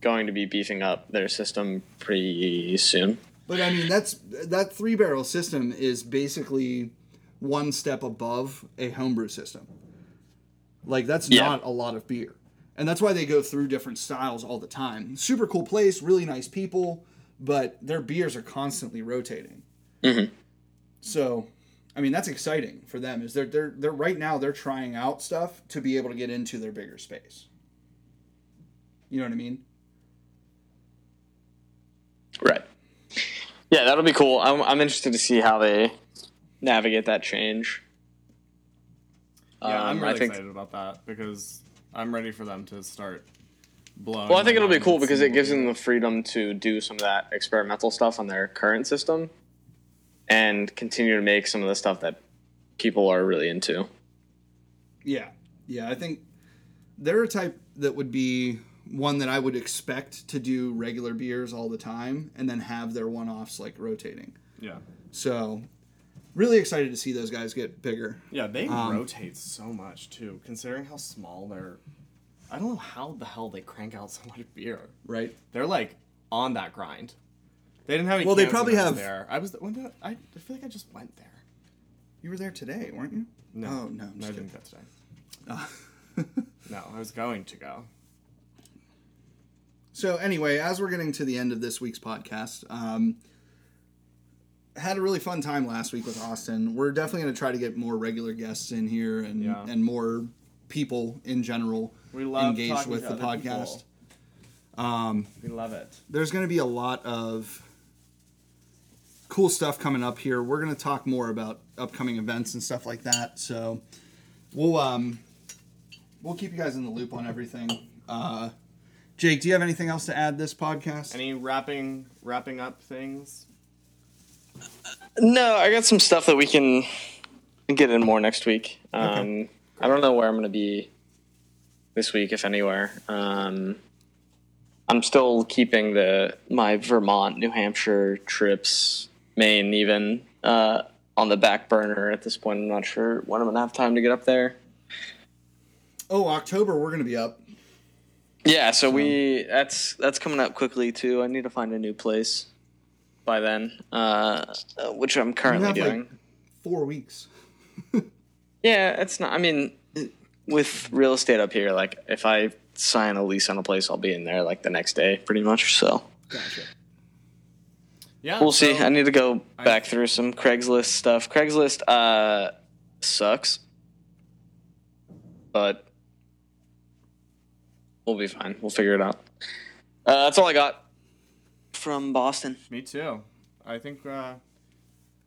S3: going to be beefing up their system pretty soon.
S2: But I mean, that's that three barrel system is basically one step above a homebrew system. Like that's
S3: Yeah.
S2: not a lot of beer, and that's why they go through different styles all the time. Super cool place, really nice people, but their beers are constantly rotating. So, I mean, that's exciting for them. Is they're they're they're right now they're trying out stuff to be able to get into their bigger space. You know what I mean?
S3: Right. Yeah, that'll be cool. I'm, I'm interested to see how they navigate that change.
S1: Yeah, I'm
S3: Um,
S1: really
S3: I think.
S1: excited about that because I'm ready for them to start blowing.
S3: Well, I think
S1: my
S3: it'll be
S1: mind
S3: cool
S1: and
S3: because
S1: seeing
S3: it gives
S1: what
S3: them the freedom to do some of that experimental stuff on their current system, and continue to make some of the stuff that people are really into.
S2: Yeah, yeah. I think they're a type. that would be one that I would expect to do regular beers all the time and then have their one offs like rotating.
S1: Yeah.
S2: So, really excited to see those guys get bigger.
S1: Yeah, they
S2: Um,
S1: rotate so much too, considering how small they're. I don't know how the hell they crank out so much beer.
S2: Right.
S1: They're like on that grind. They didn't have any.
S2: Well, they
S1: cans when
S2: probably
S1: I was
S2: have-
S1: There, I was. When the, I, I feel like I just went there.
S2: You were there today, weren't you?
S1: No,
S2: Oh, no, I'm
S1: no, I
S2: just
S1: didn't go today. no, I was going to go.
S2: So anyway, as we're getting to the end of this week's podcast, um, had a really fun time last week with Austin. We're definitely going to try to get more regular guests in here and
S1: Yeah.
S2: and more people in general
S1: We love
S2: engaged
S1: talking to
S2: with the
S1: other
S2: podcast.
S1: people. We love it.
S2: There's going to be a lot of cool stuff coming up here. We're going to talk more about upcoming events and stuff like that. So we'll um we'll keep you guys in the loop on everything. Uh, Jake, do you have anything else to add this podcast?
S1: Any wrapping wrapping up things?
S3: No, I got some stuff that we can get in more next week. Um, I don't know where I'm going to be this week, if anywhere. Um, I'm still keeping the my Vermont, New Hampshire trips, Maine, even uh, on the back burner at this point. I'm not sure when I'm going to have time to get up there.
S2: Oh, October, we're going to be up.
S3: Yeah, so we that's that's coming up quickly too. I need to find a new place by then, uh, uh, which I'm currently
S2: have, like,
S3: doing.
S2: Four weeks.
S3: Yeah, it's not. I mean, with real estate up here, like if I sign a lease on a place, I'll be in there like the next day, pretty much. So
S2: Gotcha.
S1: Yeah,
S3: we'll see.
S1: so-
S3: I need to go back through some Craigslist stuff. Craigslist uh, sucks, but we'll be fine. We'll figure it out. Uh, that's all I got from Boston.
S1: Me too. I think uh, I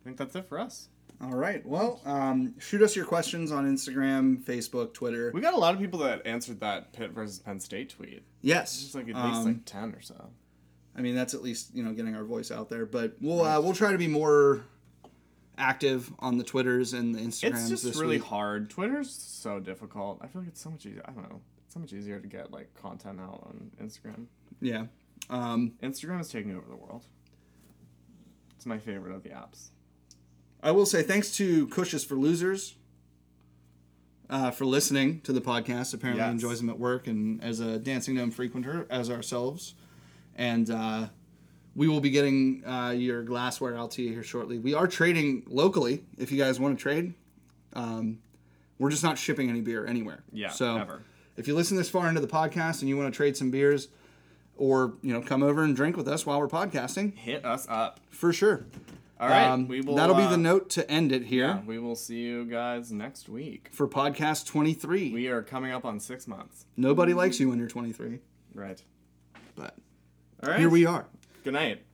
S1: think that's it for us.
S2: All right. Well, um, shoot us your questions on Instagram, Facebook, Twitter.
S1: We got a lot of people that answered that Pitt versus Penn State tweet.
S2: yes.
S1: It's like at least
S2: Um,
S1: like ten or so.
S2: I mean, that's at least you know getting our voice out there. But we'll uh, we'll try to be more active on the Twitters and the Instagrams.
S1: It's
S2: this
S1: just really
S2: week.
S1: hard. Twitter's so difficult. I feel like it's so much easier. I don't know. It's so much easier to get like content out on Instagram.
S2: Yeah. Um,
S1: Instagram is taking over the world. It's my favorite of the apps.
S2: I will say thanks to Cushes for Losers uh, for listening to the podcast. Apparently
S1: Yes.
S2: enjoys them at work and as a Dancing Gnome frequenter as ourselves. And uh, we will be getting uh, your glassware out to you here shortly. We are trading locally if you guys want to trade. Um, we're just not shipping any beer anywhere.
S1: Yeah,
S2: So
S1: ever.
S2: if you listen this far into the podcast and you want to trade some beers or, you know, come over and drink with us while we're podcasting,
S1: Hit us up.
S2: for sure.
S1: All right,
S2: Um,
S1: we will.
S2: that'll be
S1: uh,
S2: the note to end it here
S1: Yeah, we will see you guys next week.
S2: for podcast 23.
S1: We are coming up on six months.
S2: Nobody likes you when you're 23,
S1: Right.
S2: but
S1: All right.
S2: here we are.
S1: Good night.